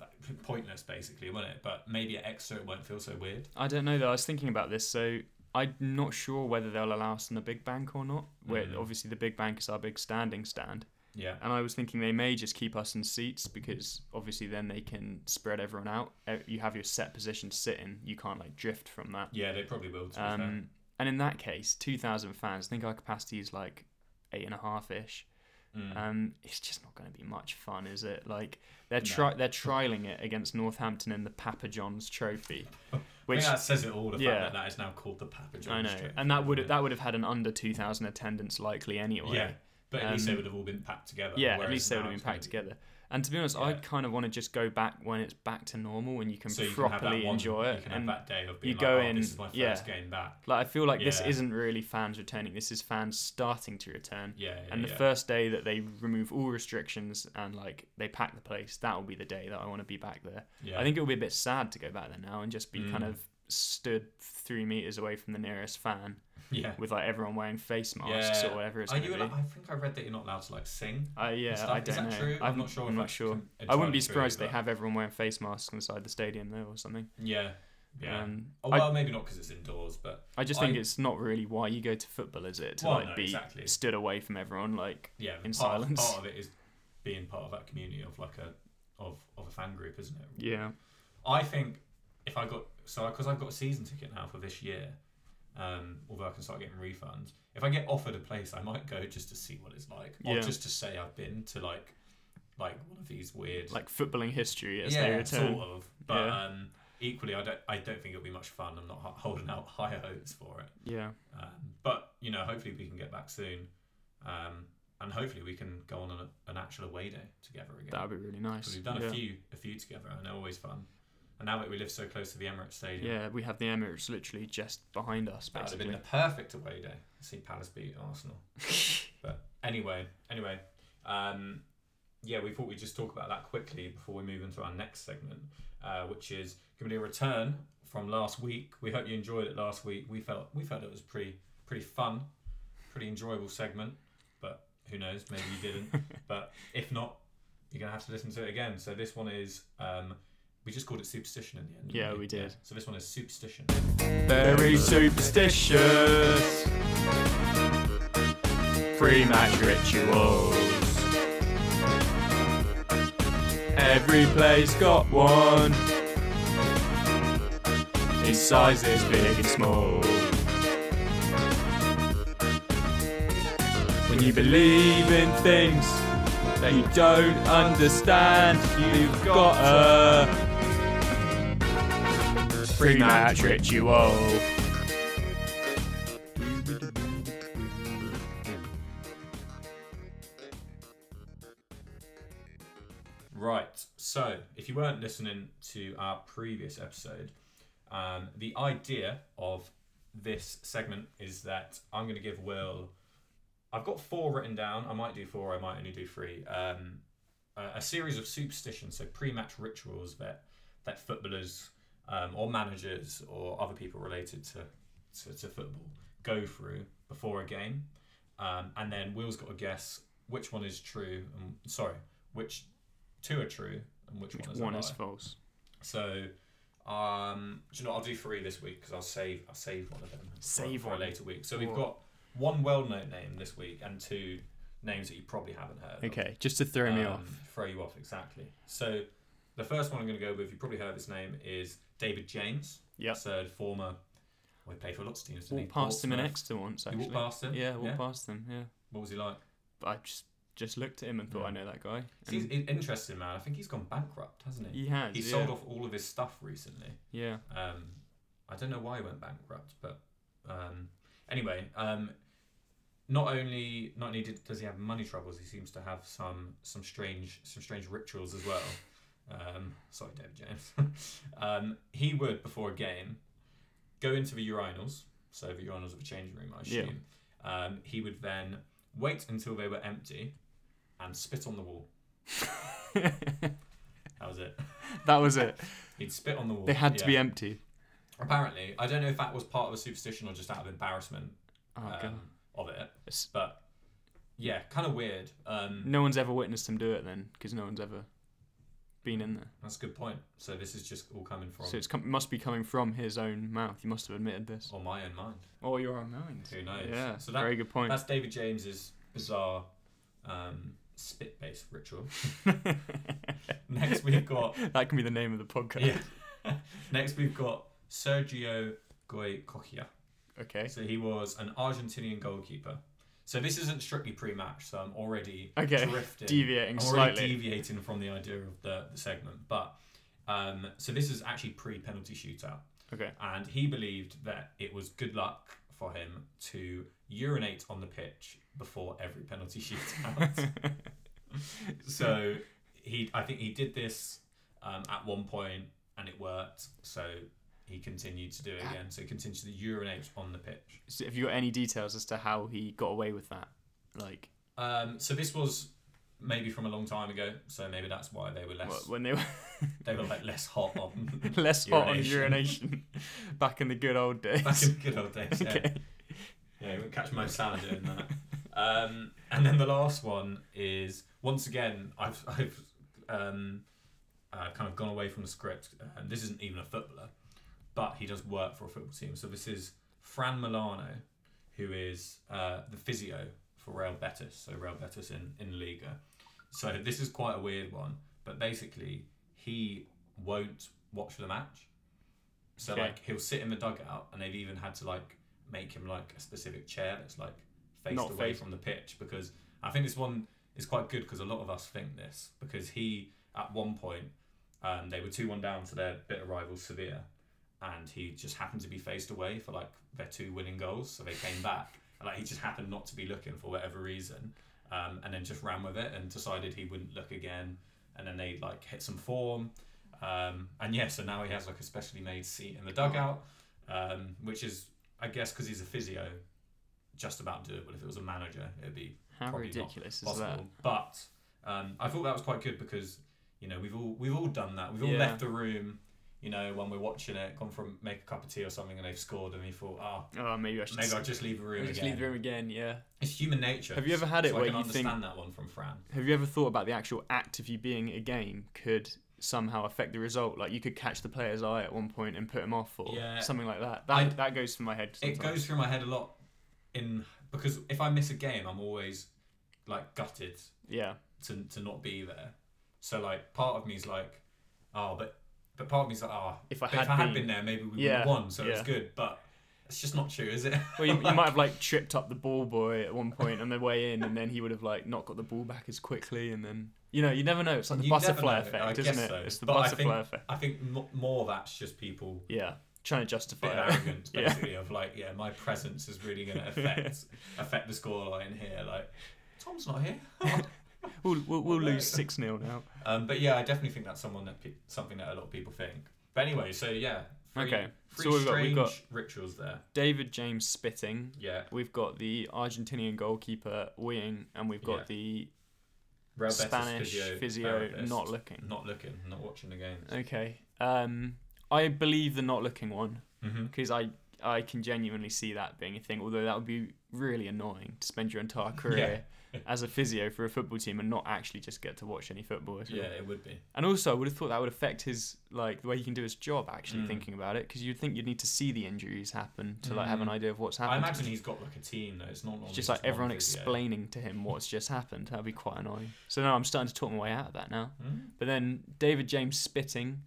[SPEAKER 4] like, pointless basically wouldn't it but maybe at exeter it won't feel so weird
[SPEAKER 5] I don't know though. I was thinking about this, so I'm not sure whether they'll allow us in the big bank or not. Where
[SPEAKER 4] Mm.
[SPEAKER 5] obviously the big bank is our big standing stand,
[SPEAKER 4] yeah
[SPEAKER 5] and I was thinking they may just keep us in seats because obviously then they can spread everyone out. Eh, You have your set position to sit in. You can't like drift from that.
[SPEAKER 4] yeah they probably will to be fair.
[SPEAKER 5] Um, and in that case, 2,000 fans, I think our capacity is like eight and a half ish.
[SPEAKER 4] Mm.
[SPEAKER 5] Um, it's just not going to be much fun, is it? Like they're
[SPEAKER 4] No.
[SPEAKER 5] tri- they're trialing it against Northampton in the Papa John's Trophy,
[SPEAKER 4] I
[SPEAKER 5] which
[SPEAKER 4] think that says it all the
[SPEAKER 5] yeah.
[SPEAKER 4] fact that that is now called the Papa
[SPEAKER 5] I
[SPEAKER 4] John's
[SPEAKER 5] know,
[SPEAKER 4] Trophy,
[SPEAKER 5] and that would
[SPEAKER 4] isn't it?
[SPEAKER 5] that would have had an under 2,000 attendance likely anyway.
[SPEAKER 4] yeah but at least
[SPEAKER 5] Um,
[SPEAKER 4] they would have all been packed together
[SPEAKER 5] Yeah, at
[SPEAKER 4] whereas
[SPEAKER 5] least they would
[SPEAKER 4] now
[SPEAKER 5] have been
[SPEAKER 4] it's gonna
[SPEAKER 5] packed
[SPEAKER 4] be-
[SPEAKER 5] together. And to be honest, I
[SPEAKER 4] Yeah.
[SPEAKER 5] kind of want to just go back when it's back to normal and you can
[SPEAKER 4] so you can have
[SPEAKER 5] properly
[SPEAKER 4] that one,
[SPEAKER 5] enjoy it.
[SPEAKER 4] You can
[SPEAKER 5] and
[SPEAKER 4] have that day of being
[SPEAKER 5] you
[SPEAKER 4] like,
[SPEAKER 5] go
[SPEAKER 4] oh,
[SPEAKER 5] in-
[SPEAKER 4] this is my first
[SPEAKER 5] yeah.
[SPEAKER 4] game back.
[SPEAKER 5] like I feel like this
[SPEAKER 4] Yeah.
[SPEAKER 5] isn't really fans returning. This is fans starting to return.
[SPEAKER 4] Yeah, yeah,
[SPEAKER 5] and the
[SPEAKER 4] yeah.
[SPEAKER 5] first day that they remove all restrictions and like they pack the place, that will be the day that I want to be back there.
[SPEAKER 4] Yeah.
[SPEAKER 5] I think it would be a bit sad to go back there now and just be kind
[SPEAKER 4] Mm.
[SPEAKER 5] of stood three meters away from the nearest fan
[SPEAKER 4] yeah.
[SPEAKER 5] with like everyone wearing face masks or whatever it's
[SPEAKER 4] Are
[SPEAKER 5] going
[SPEAKER 4] you?
[SPEAKER 5] to be.
[SPEAKER 4] allo- I think I read that you're not allowed to like sing.
[SPEAKER 5] I- yeah,
[SPEAKER 4] stuff-
[SPEAKER 5] I
[SPEAKER 4] is
[SPEAKER 5] don't
[SPEAKER 4] that
[SPEAKER 5] know.
[SPEAKER 4] true? I'm not sure
[SPEAKER 5] I'm
[SPEAKER 4] if
[SPEAKER 5] not
[SPEAKER 4] that's
[SPEAKER 5] sure.
[SPEAKER 4] com-
[SPEAKER 5] I wouldn't
[SPEAKER 4] entirely
[SPEAKER 5] be
[SPEAKER 4] true,
[SPEAKER 5] surprised they
[SPEAKER 4] but-
[SPEAKER 5] have everyone wearing face masks inside the stadium though or something.
[SPEAKER 4] Yeah. Yeah.
[SPEAKER 5] Um,
[SPEAKER 4] oh,
[SPEAKER 5] I-
[SPEAKER 4] well, maybe not because it's indoors, but
[SPEAKER 5] I just think
[SPEAKER 4] I-
[SPEAKER 5] it's not really why you go to football, is it? To
[SPEAKER 4] Well,
[SPEAKER 5] like
[SPEAKER 4] no,
[SPEAKER 5] be
[SPEAKER 4] exactly.
[SPEAKER 5] stood away from everyone, like
[SPEAKER 4] yeah,
[SPEAKER 5] in
[SPEAKER 4] part,
[SPEAKER 5] silence.
[SPEAKER 4] Part of it is being part of that community of like a of of a fan group, isn't it?
[SPEAKER 5] yeah,
[SPEAKER 4] I think if I got so because I've got a season ticket now for this year, um, although I can start getting refunds. If I get offered a place, I might go just to see what it's like, or
[SPEAKER 5] Yeah.
[SPEAKER 4] just to say I've been to like like one of these weird
[SPEAKER 5] like footballing history as they
[SPEAKER 4] yeah,
[SPEAKER 5] return.
[SPEAKER 4] sort of. But
[SPEAKER 5] Yeah.
[SPEAKER 4] um, equally, I don't I don't think it'll be much fun. I'm not h- holding out high hopes for it.
[SPEAKER 5] Yeah,
[SPEAKER 4] Um, but you know, hopefully we can get back soon, um, and hopefully we can go on an, an actual away day together again.
[SPEAKER 5] that would be really nice.
[SPEAKER 4] Because we've done
[SPEAKER 5] yeah.
[SPEAKER 4] a few, a few together, and they're always fun. And now that we live so close to the Emirates Stadium,
[SPEAKER 5] Yeah, we have the Emirates literally just behind us,
[SPEAKER 4] that would have been
[SPEAKER 5] basically.
[SPEAKER 4] the perfect away day. to See Palace beat Arsenal. but anyway, anyway, um, yeah, we thought we'd just talk about that quickly before we move into our next segment, uh, which is going to be a return from last week. We hope you enjoyed it last week. We felt we felt it was pretty pretty fun, pretty enjoyable segment. But who knows? Maybe you didn't. but if not, you're gonna have to listen to it again. So this one is um, We just called it superstition in the end.
[SPEAKER 5] Yeah,
[SPEAKER 4] didn't
[SPEAKER 5] we did.
[SPEAKER 4] So this one is superstition.
[SPEAKER 3] Very superstitious. Pre-match rituals. Every play's got one. Its size is big and small. When you believe in things that you don't understand, you've got a pre-match ritual.
[SPEAKER 4] Right. So, if you weren't listening to our previous episode, um, the idea of this segment is that I'm going to give Will. I've got four written down. I might do four. I might only do three. Um, a, a series of superstitions, so pre-match rituals that that footballers um, or managers or other people related to to, to football go through before a game, um, and then Will's got to guess which one is true. And, sorry, which two are true and which, one is a
[SPEAKER 5] One
[SPEAKER 4] lie.
[SPEAKER 5] is false.
[SPEAKER 4] So, um, do you know what? I'll do three this week because I'll save I'll save one of them. for-
[SPEAKER 5] Save
[SPEAKER 4] for,
[SPEAKER 5] one.
[SPEAKER 4] a later week. So we've
[SPEAKER 5] Cool.
[SPEAKER 4] got one well-known name this week and two names that you probably haven't heard. of.
[SPEAKER 5] Okay, just to throw me
[SPEAKER 4] Um,
[SPEAKER 5] off.
[SPEAKER 4] Throw you off exactly. So the first one I'm going to go with, you probably heard his name, is David James.
[SPEAKER 5] Yep.
[SPEAKER 4] So former. We played for lots of teams. didn't he?
[SPEAKER 5] Walked past him in
[SPEAKER 4] Portsmouth.
[SPEAKER 5] Exeter once,
[SPEAKER 4] You
[SPEAKER 5] actually.
[SPEAKER 4] walked past him.
[SPEAKER 5] Yeah, walked past him. Yeah,
[SPEAKER 4] What was he like?
[SPEAKER 5] but I just just looked at him and thought
[SPEAKER 4] Yeah.
[SPEAKER 5] I know that guy.
[SPEAKER 4] He's
[SPEAKER 5] And
[SPEAKER 4] an interesting man. I think he's gone bankrupt, hasn't he?
[SPEAKER 5] he has.
[SPEAKER 4] He
[SPEAKER 5] yeah.
[SPEAKER 4] sold off all of his stuff recently.
[SPEAKER 5] Yeah,
[SPEAKER 4] Um, I don't know why he went bankrupt, but um, anyway, um, not only not only did, does he have money troubles, he seems to have some some strange some strange rituals as well. Um, sorry, David James. um, he would before a game go into the urinals, so the urinals of a changing room, I
[SPEAKER 5] Yeah.
[SPEAKER 4] assume. Um, he would then wait until they were empty and spit on the wall. That was it.
[SPEAKER 5] that was it.
[SPEAKER 4] He'd spit on the wall.
[SPEAKER 5] They had to
[SPEAKER 4] yeah.
[SPEAKER 5] be empty.
[SPEAKER 4] Apparently, I don't know if that was part of a superstition or just out of embarrassment
[SPEAKER 5] Oh god.
[SPEAKER 4] um, of it,
[SPEAKER 5] It's-
[SPEAKER 4] but yeah, kind of weird. Um,
[SPEAKER 5] No one's ever witnessed him do it then, because no one's ever been in there.
[SPEAKER 4] That's a good point. So this is just all coming from
[SPEAKER 5] So it's com- must be coming from his own mouth. He must have admitted this.
[SPEAKER 4] on my own mind.
[SPEAKER 5] Or your own mind.
[SPEAKER 4] Oh. Who knows?
[SPEAKER 5] Yeah.
[SPEAKER 4] So that-
[SPEAKER 5] very good point.
[SPEAKER 4] That's David James's bizarre um, spit-based ritual. Next we've got
[SPEAKER 5] that can be the name of the podcast.
[SPEAKER 4] yeah. Next we've got Sergio Goycochea.
[SPEAKER 5] Okay.
[SPEAKER 4] So he was an Argentinian goalkeeper. So this isn't strictly pre-match, so I'm already
[SPEAKER 5] Okay.
[SPEAKER 4] drifting,
[SPEAKER 5] Deviating
[SPEAKER 4] I'm already
[SPEAKER 5] slightly.
[SPEAKER 4] deviating from the idea of the, the segment. But um, so this is actually pre-penalty shootout,
[SPEAKER 5] Okay.
[SPEAKER 4] and he believed that it was good luck for him to urinate on the pitch before every penalty shootout. so he, I think he did this um, at one point, and it worked. So he continued to do it again. So he continued to urinate on the pitch.
[SPEAKER 5] So have you got any details as to how he got away with that? Like
[SPEAKER 4] Um, so this was maybe from a long time ago, so maybe that's why they were less
[SPEAKER 5] wh- when they were
[SPEAKER 4] they were like less hot on
[SPEAKER 5] less hot on
[SPEAKER 4] Urination.
[SPEAKER 5] urination back in the good old days.
[SPEAKER 4] back in the good old days. Yeah,
[SPEAKER 5] Okay.
[SPEAKER 4] yeah, you wouldn't catch Mo Salah doing that. Um, and then the last one is once again I've I've um, uh, kind of gone away from the script, and this isn't even a footballer, but he does work for a football team. So this is Fran Milano, who is uh, the physio for Real Betis, so Real Betis in in Liga. So this is quite a weird one, but basically he won't watch the match. So
[SPEAKER 5] Okay.
[SPEAKER 4] like he'll sit in the dugout, and they've even had to like make him like a specific chair that's like faced
[SPEAKER 5] Not
[SPEAKER 4] away
[SPEAKER 5] faced.
[SPEAKER 4] from the pitch because I think this one is quite good because a lot of us think this because he at one point um, they were two one down to their bitter rival Sevilla, and he just happened to be faced away for like their two winning goals, so they came back. And, like he just happened not to be looking for whatever reason, um, and then just ran with it and decided he wouldn't look again. And then they like hit some form, um, and yeah, so now he has like a specially made seat in the dugout, um, which is I guess because he's a physio, just about doable. If it was a manager, it'd be
[SPEAKER 5] How
[SPEAKER 4] Probably not
[SPEAKER 5] ridiculous is that?
[SPEAKER 4] possible. But um, I thought that was quite good because you know we've all we've all done that. We've all
[SPEAKER 5] Yeah.
[SPEAKER 4] left the room, you know, when we're watching it, gone from make a cup of tea or something, and they've scored, and you thought, oh,
[SPEAKER 5] Oh, maybe I should
[SPEAKER 4] maybe
[SPEAKER 5] s-
[SPEAKER 4] I'll just leave the room
[SPEAKER 5] just
[SPEAKER 4] again.
[SPEAKER 5] leave the room again. Yeah.
[SPEAKER 4] It's human nature.
[SPEAKER 5] Have you ever had it
[SPEAKER 4] so
[SPEAKER 5] where
[SPEAKER 4] I can
[SPEAKER 5] you think-
[SPEAKER 4] understand that one from Fran?
[SPEAKER 5] Have you ever thought about the actual act of you being a game could somehow affect the result. Like you could catch the player's eye at one point and put him off, or
[SPEAKER 4] Yeah.
[SPEAKER 5] something like that. That
[SPEAKER 4] I-
[SPEAKER 5] that goes through my head.
[SPEAKER 4] It
[SPEAKER 5] sometimes.
[SPEAKER 4] goes through my head a lot in because if I miss a game, I'm always like gutted
[SPEAKER 5] Yeah.
[SPEAKER 4] to, to not be there. So like part of me's like, oh, but but part of me's like, oh,
[SPEAKER 5] If I
[SPEAKER 4] but
[SPEAKER 5] had
[SPEAKER 4] if I had
[SPEAKER 5] been-
[SPEAKER 4] been there, maybe we
[SPEAKER 5] Yeah,
[SPEAKER 4] would have won. So it's
[SPEAKER 5] yeah.
[SPEAKER 4] good, but it's just not true, is it?
[SPEAKER 5] Well, you, you might have like tripped up the ball boy at one point on the way in, and then he would have like not got the ball back as quickly, and then you know you never know. It's like the
[SPEAKER 4] You never
[SPEAKER 5] butterfly
[SPEAKER 4] know, I
[SPEAKER 5] effect,
[SPEAKER 4] guess
[SPEAKER 5] isn't it?
[SPEAKER 4] so.
[SPEAKER 5] It's the
[SPEAKER 4] But I
[SPEAKER 5] butterfly
[SPEAKER 4] think-
[SPEAKER 5] effect.
[SPEAKER 4] I think mo- more that's just people
[SPEAKER 5] Yeah, trying
[SPEAKER 4] a
[SPEAKER 5] to
[SPEAKER 4] bit
[SPEAKER 5] justify it.
[SPEAKER 4] arrogant,
[SPEAKER 5] Yeah.
[SPEAKER 4] basically, of like, yeah, my presence is really going to affect affect the scoreline here. Like, Tom's not here.
[SPEAKER 5] We'll, we'll, we'll
[SPEAKER 4] Although-
[SPEAKER 5] lose six 0 now.
[SPEAKER 4] Um, but yeah, I definitely think that's someone that pe- something that a lot of people think. But anyway, so yeah, three,
[SPEAKER 5] Okay,
[SPEAKER 4] three
[SPEAKER 5] so we've got-
[SPEAKER 4] strange
[SPEAKER 5] we've got-
[SPEAKER 4] rituals there.
[SPEAKER 5] David James spitting.
[SPEAKER 4] Yeah,
[SPEAKER 5] We've got the Argentinian goalkeeper Wing, and we've got
[SPEAKER 4] Yeah.
[SPEAKER 5] the
[SPEAKER 4] Real Betis
[SPEAKER 5] Spanish physio,
[SPEAKER 4] therapist.
[SPEAKER 5] not looking.
[SPEAKER 4] not looking, not watching the games.
[SPEAKER 5] Okay. Um, I believe the not looking one
[SPEAKER 4] Mm-hmm.
[SPEAKER 5] because I I can genuinely see that being a thing. Although that would be really annoying to spend your entire career as a physio for a football team and not actually just get to watch any football. at all.
[SPEAKER 4] Yeah, it would be.
[SPEAKER 5] And also, I would have thought that would affect his like the way he can do his job. Actually,
[SPEAKER 4] Mm.
[SPEAKER 5] thinking about it, because you'd think you'd need to see the injuries happen to like have an
[SPEAKER 4] Mm.
[SPEAKER 5] idea of what's
[SPEAKER 4] I
[SPEAKER 5] happened.
[SPEAKER 4] imagine he's got like a team though. It's not normally
[SPEAKER 5] It's just like
[SPEAKER 4] one
[SPEAKER 5] everyone
[SPEAKER 4] physio.
[SPEAKER 5] explaining to him what's just happened. That'd be quite annoying. So now I'm starting to talk my way out of that now.
[SPEAKER 4] Mm.
[SPEAKER 5] But then David James spitting.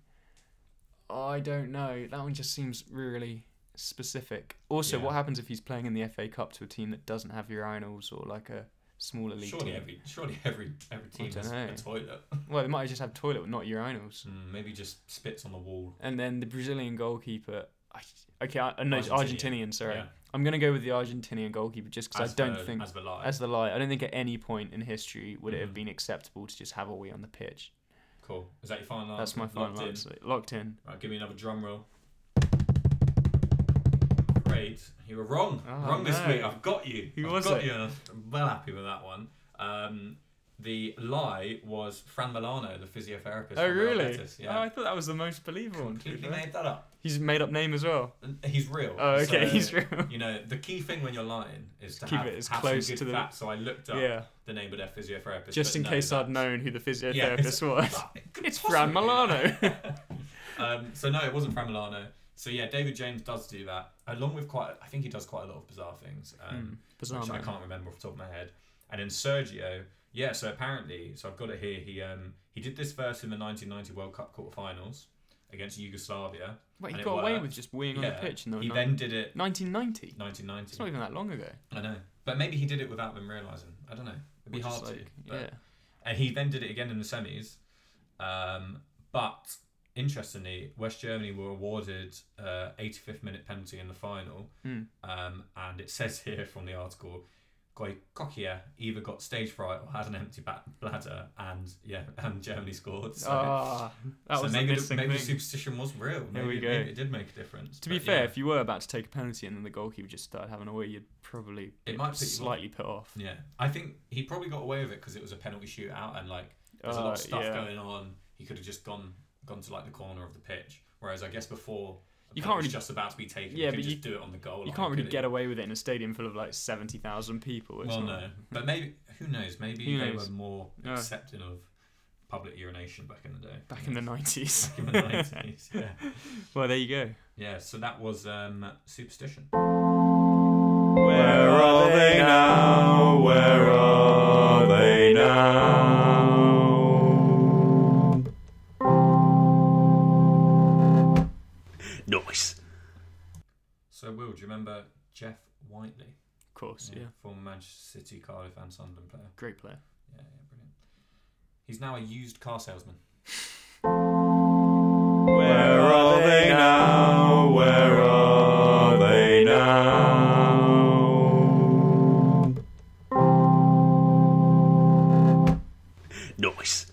[SPEAKER 5] I don't know. That one just seems really specific. Also,
[SPEAKER 4] Yeah.
[SPEAKER 5] what happens if he's playing in the FA Cup to a team that doesn't have urinals or like a smaller league
[SPEAKER 4] Surely
[SPEAKER 5] team?
[SPEAKER 4] every surely every every team
[SPEAKER 5] don't
[SPEAKER 4] has
[SPEAKER 5] know.
[SPEAKER 4] a toilet.
[SPEAKER 5] Well, they might just have toilet with not urinals.
[SPEAKER 4] Mm, maybe just spits on the wall.
[SPEAKER 5] And then the Brazilian goalkeeper. I, okay, I, no, it's
[SPEAKER 4] Argentinian.
[SPEAKER 5] Argentinian. Sorry,
[SPEAKER 4] Yeah.
[SPEAKER 5] I'm gonna go with the Argentinian goalkeeper just because I
[SPEAKER 4] As
[SPEAKER 5] don't
[SPEAKER 4] the-
[SPEAKER 5] think
[SPEAKER 4] as the lie.
[SPEAKER 5] as the lie. I don't think at any point in history would it have
[SPEAKER 4] Mhm.
[SPEAKER 5] been acceptable to just have a wee on the pitch.
[SPEAKER 4] Cool. Is that your final
[SPEAKER 5] That's my
[SPEAKER 4] answer?
[SPEAKER 5] final
[SPEAKER 4] Locked in.
[SPEAKER 5] answer. Locked in.
[SPEAKER 4] Right, give me another drum roll. Great. You were wrong.
[SPEAKER 5] Oh,
[SPEAKER 4] wrong this
[SPEAKER 5] no.
[SPEAKER 4] week. I've got you.
[SPEAKER 5] Who
[SPEAKER 4] I've
[SPEAKER 5] was
[SPEAKER 4] got
[SPEAKER 5] it?
[SPEAKER 4] you, and I'm well happy with that one. Um, the lie was Fran Milano, the physiotherapist.
[SPEAKER 5] Oh
[SPEAKER 4] from Real
[SPEAKER 5] really?
[SPEAKER 4] Betis,
[SPEAKER 5] Oh,
[SPEAKER 4] Yeah.
[SPEAKER 5] I thought that was the most believable one. to be
[SPEAKER 4] completely
[SPEAKER 5] fair.
[SPEAKER 4] made that up.
[SPEAKER 5] He's made up name as well.
[SPEAKER 4] And He's real.
[SPEAKER 5] Oh, okay,
[SPEAKER 4] so,
[SPEAKER 5] he's real.
[SPEAKER 4] You know, the key thing when you're lying is to
[SPEAKER 5] Keep
[SPEAKER 4] have,
[SPEAKER 5] it as
[SPEAKER 4] have
[SPEAKER 5] close
[SPEAKER 4] some good
[SPEAKER 5] to the-
[SPEAKER 4] facts. So I looked up
[SPEAKER 5] Yeah,
[SPEAKER 4] the name of their physiotherapist.
[SPEAKER 5] just
[SPEAKER 4] but
[SPEAKER 5] in
[SPEAKER 4] no,
[SPEAKER 5] case I'd
[SPEAKER 4] that's-
[SPEAKER 5] known who the
[SPEAKER 4] Yeah,
[SPEAKER 5] physiotherapist was.
[SPEAKER 4] It could
[SPEAKER 5] It's Fran
[SPEAKER 4] possibly be that.
[SPEAKER 5] Milano.
[SPEAKER 4] Um, so no, it wasn't Fran Milano. So yeah, David James does do that, along with quite. I think he does quite a lot of bizarre things, um,
[SPEAKER 5] Hmm, Bizarre.
[SPEAKER 4] which I
[SPEAKER 5] man.
[SPEAKER 4] can't remember off the top of my head. And then Sergio, yeah. So apparently, so I've got it here. He um he did this first in the 1990 World Cup quarterfinals against Yugoslavia.
[SPEAKER 5] Wait,
[SPEAKER 4] and
[SPEAKER 5] he
[SPEAKER 4] it
[SPEAKER 5] got away
[SPEAKER 4] worked.
[SPEAKER 5] with just weeing on
[SPEAKER 4] yeah.
[SPEAKER 5] the pitch in the
[SPEAKER 4] he
[SPEAKER 5] ni-
[SPEAKER 4] then did it
[SPEAKER 5] 1990.
[SPEAKER 4] 1990.
[SPEAKER 5] It's not even that long ago.
[SPEAKER 4] I know, but maybe he did it without them realizing. I don't know. It'd be
[SPEAKER 5] Which is
[SPEAKER 4] hard to.
[SPEAKER 5] like-
[SPEAKER 4] But
[SPEAKER 5] yeah.
[SPEAKER 4] and he then did it again in the semis. Um, but interestingly, West Germany were awarded uh, 85th minute penalty in the final,
[SPEAKER 5] Hmm.
[SPEAKER 4] um, and it says here from the article. Kokia either got stage fright or had an empty ba- bladder, and yeah, and Germany scored. So,
[SPEAKER 5] Ah, that
[SPEAKER 4] so
[SPEAKER 5] was
[SPEAKER 4] maybe
[SPEAKER 5] the
[SPEAKER 4] the,
[SPEAKER 5] missing
[SPEAKER 4] maybe the
[SPEAKER 5] thing.
[SPEAKER 4] superstition was real. Maybe,
[SPEAKER 5] There we go.
[SPEAKER 4] maybe it did make a difference.
[SPEAKER 5] To be
[SPEAKER 4] But,
[SPEAKER 5] fair,
[SPEAKER 4] yeah.
[SPEAKER 5] if you were about to take a penalty and then the goalkeeper just started having a wee, you'd probably be
[SPEAKER 4] It might put you off.
[SPEAKER 5] slightly put off.
[SPEAKER 4] yeah, I think he probably got away with it because it was a penalty shootout, and like There's a lot
[SPEAKER 5] Uh,
[SPEAKER 4] of stuff
[SPEAKER 5] yeah.
[SPEAKER 4] going on. He could have just gone gone to like the corner of the pitch. Whereas I guess before a penalty
[SPEAKER 5] You can't
[SPEAKER 4] was
[SPEAKER 5] really-
[SPEAKER 4] just about to be taken.
[SPEAKER 5] Yeah,
[SPEAKER 4] you could
[SPEAKER 5] but
[SPEAKER 4] just
[SPEAKER 5] you-
[SPEAKER 4] do it on the goal.
[SPEAKER 5] You can't really get away with it in a stadium full of like 70,000 people. It's
[SPEAKER 4] Well,
[SPEAKER 5] not-
[SPEAKER 4] no, but maybe who knows? Maybe
[SPEAKER 5] Who
[SPEAKER 4] they
[SPEAKER 5] knows?
[SPEAKER 4] were more
[SPEAKER 5] Yeah.
[SPEAKER 4] accepting of public urination back in the day.
[SPEAKER 5] Back in the 90s.
[SPEAKER 4] Back in the 90s, yeah.
[SPEAKER 5] Well, there you go.
[SPEAKER 4] Yeah, so that was um, superstition.
[SPEAKER 3] Where are they now? Where are they now?
[SPEAKER 2] Nice.
[SPEAKER 4] So, Will, do you remember Jeff Whiteley?
[SPEAKER 5] Of course, yeah.
[SPEAKER 4] Former Manchester City, Cardiff, and Sunderland player.
[SPEAKER 5] Great player.
[SPEAKER 4] Yeah, yeah, brilliant. He's now a used car salesman.
[SPEAKER 3] Where are they now? Where are they now?
[SPEAKER 2] Nice.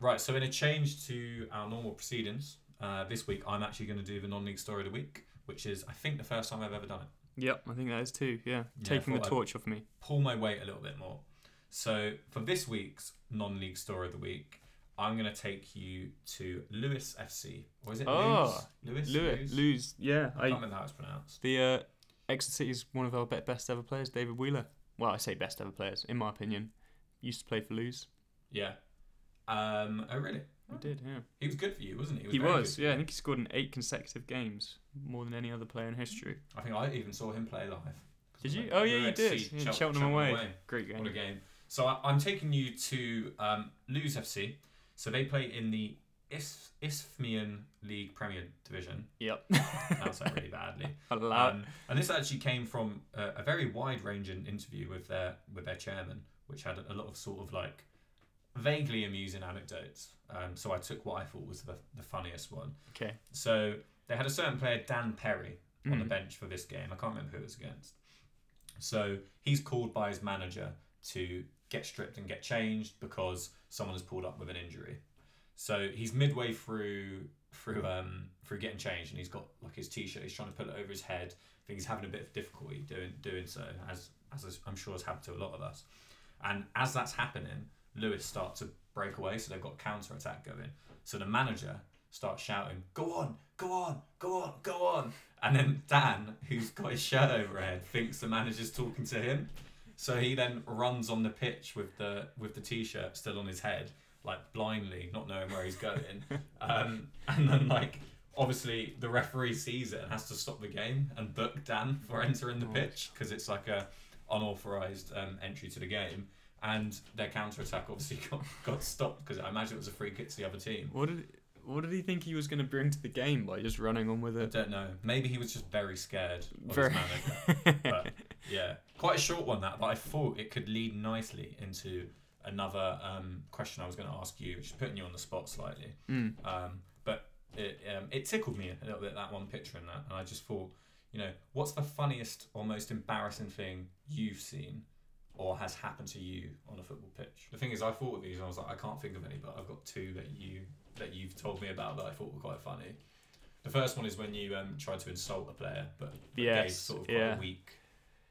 [SPEAKER 4] Right, so in a change to our normal proceedings, uh, this week I'm actually going to do the non league story of the week, which is, I think, the first time I've ever done it.
[SPEAKER 5] Yep, I think that is too. Yeah,
[SPEAKER 4] Yeah,
[SPEAKER 5] taking
[SPEAKER 4] thought
[SPEAKER 5] the
[SPEAKER 4] I'd-
[SPEAKER 5] torch off me.
[SPEAKER 4] Pull my weight a little bit more. So for this week's non league story of the week, I'm going to take you to Lewis FC. Or is it
[SPEAKER 5] Oh,
[SPEAKER 4] Lewis?
[SPEAKER 5] Lewis, lose. Yeah,
[SPEAKER 4] I can't
[SPEAKER 5] I
[SPEAKER 4] remember how it's pronounced.
[SPEAKER 5] the uh, Exeter City's one of our be- best ever players, David Wheeler. Well, I say best ever players, in my opinion. Used to play for Lose.
[SPEAKER 4] Yeah. Um, oh, really?
[SPEAKER 5] We did, yeah.
[SPEAKER 4] He was good for you, wasn't he?
[SPEAKER 5] He
[SPEAKER 4] very
[SPEAKER 5] was,
[SPEAKER 4] good.
[SPEAKER 5] yeah. I think he scored in eight consecutive games, more than any other player in history.
[SPEAKER 4] I think I even saw him play live. 'Cause
[SPEAKER 5] Did
[SPEAKER 4] we
[SPEAKER 5] you?
[SPEAKER 4] went-
[SPEAKER 5] Oh
[SPEAKER 4] we
[SPEAKER 5] yeah, you
[SPEAKER 4] went to
[SPEAKER 5] did.
[SPEAKER 4] see
[SPEAKER 5] Yeah,
[SPEAKER 4] Chel-
[SPEAKER 5] Cheltenham, away.
[SPEAKER 4] away.
[SPEAKER 5] great game.
[SPEAKER 4] What a game. So I, I'm taking you to um, Lewes FC. So they play in the Is- Isthmian League Premier Division.
[SPEAKER 5] Yep.
[SPEAKER 4] That's that really badly.
[SPEAKER 5] I love.
[SPEAKER 4] Um, and this actually came from a, a very wide-ranging interview with their with their chairman, which had a, lot of sort of like vaguely amusing anecdotes. Um, so I took what I thought was the, the funniest one.
[SPEAKER 5] okay.
[SPEAKER 4] So they had a certain player, Dan Perry, on the
[SPEAKER 5] Mm.
[SPEAKER 4] bench for this game. I can't remember who it was against. So he's called by his manager to get stripped and get changed because someone has pulled up with an injury. So he's midway through through um through getting changed and he's got like his t-shirt he's trying to put it over his head i think he's having a bit of difficulty doing doing so as as is- i'm sure has happened to a lot of us and as that's happening lewis start to break away so they've got counter attack going so the manager starts shouting go on go on go on go on and then dan who's got his shirt over head thinks the manager's talking to him so he then runs on the pitch with the with the t-shirt still on his head, like blindly, not knowing where he's going. um, and then like obviously the referee sees it and has to stop the game and book Dan for entering the pitch because it's like a unauthorized um, entry to the game. And their counter attack obviously got, got stopped because I imagine it was a free kick to the other team.
[SPEAKER 5] What did What did he think he was going to bring to the game by just running on with
[SPEAKER 4] I
[SPEAKER 5] it?
[SPEAKER 4] don't know. Maybe he was just very scared of
[SPEAKER 5] Very-
[SPEAKER 4] his manager. but yeah, quite a short one that, but I thought it could lead nicely into another um, question I was going to ask you, which is putting you on the spot slightly.
[SPEAKER 5] Mm.
[SPEAKER 4] Um, but it, um, it tickled me a little bit that one picture and that, and I just thought, you know, what's the funniest or most embarrassing thing you've seen? Or has happened to you on a football pitch. The thing is, I thought of these and I was like, I can't think of any, but I've got two that you that you've told me about that I thought were quite funny. The first one is when you um, tried to insult a player, but but
[SPEAKER 5] Yes,
[SPEAKER 4] gave sort of quite
[SPEAKER 5] yeah.
[SPEAKER 4] a weak,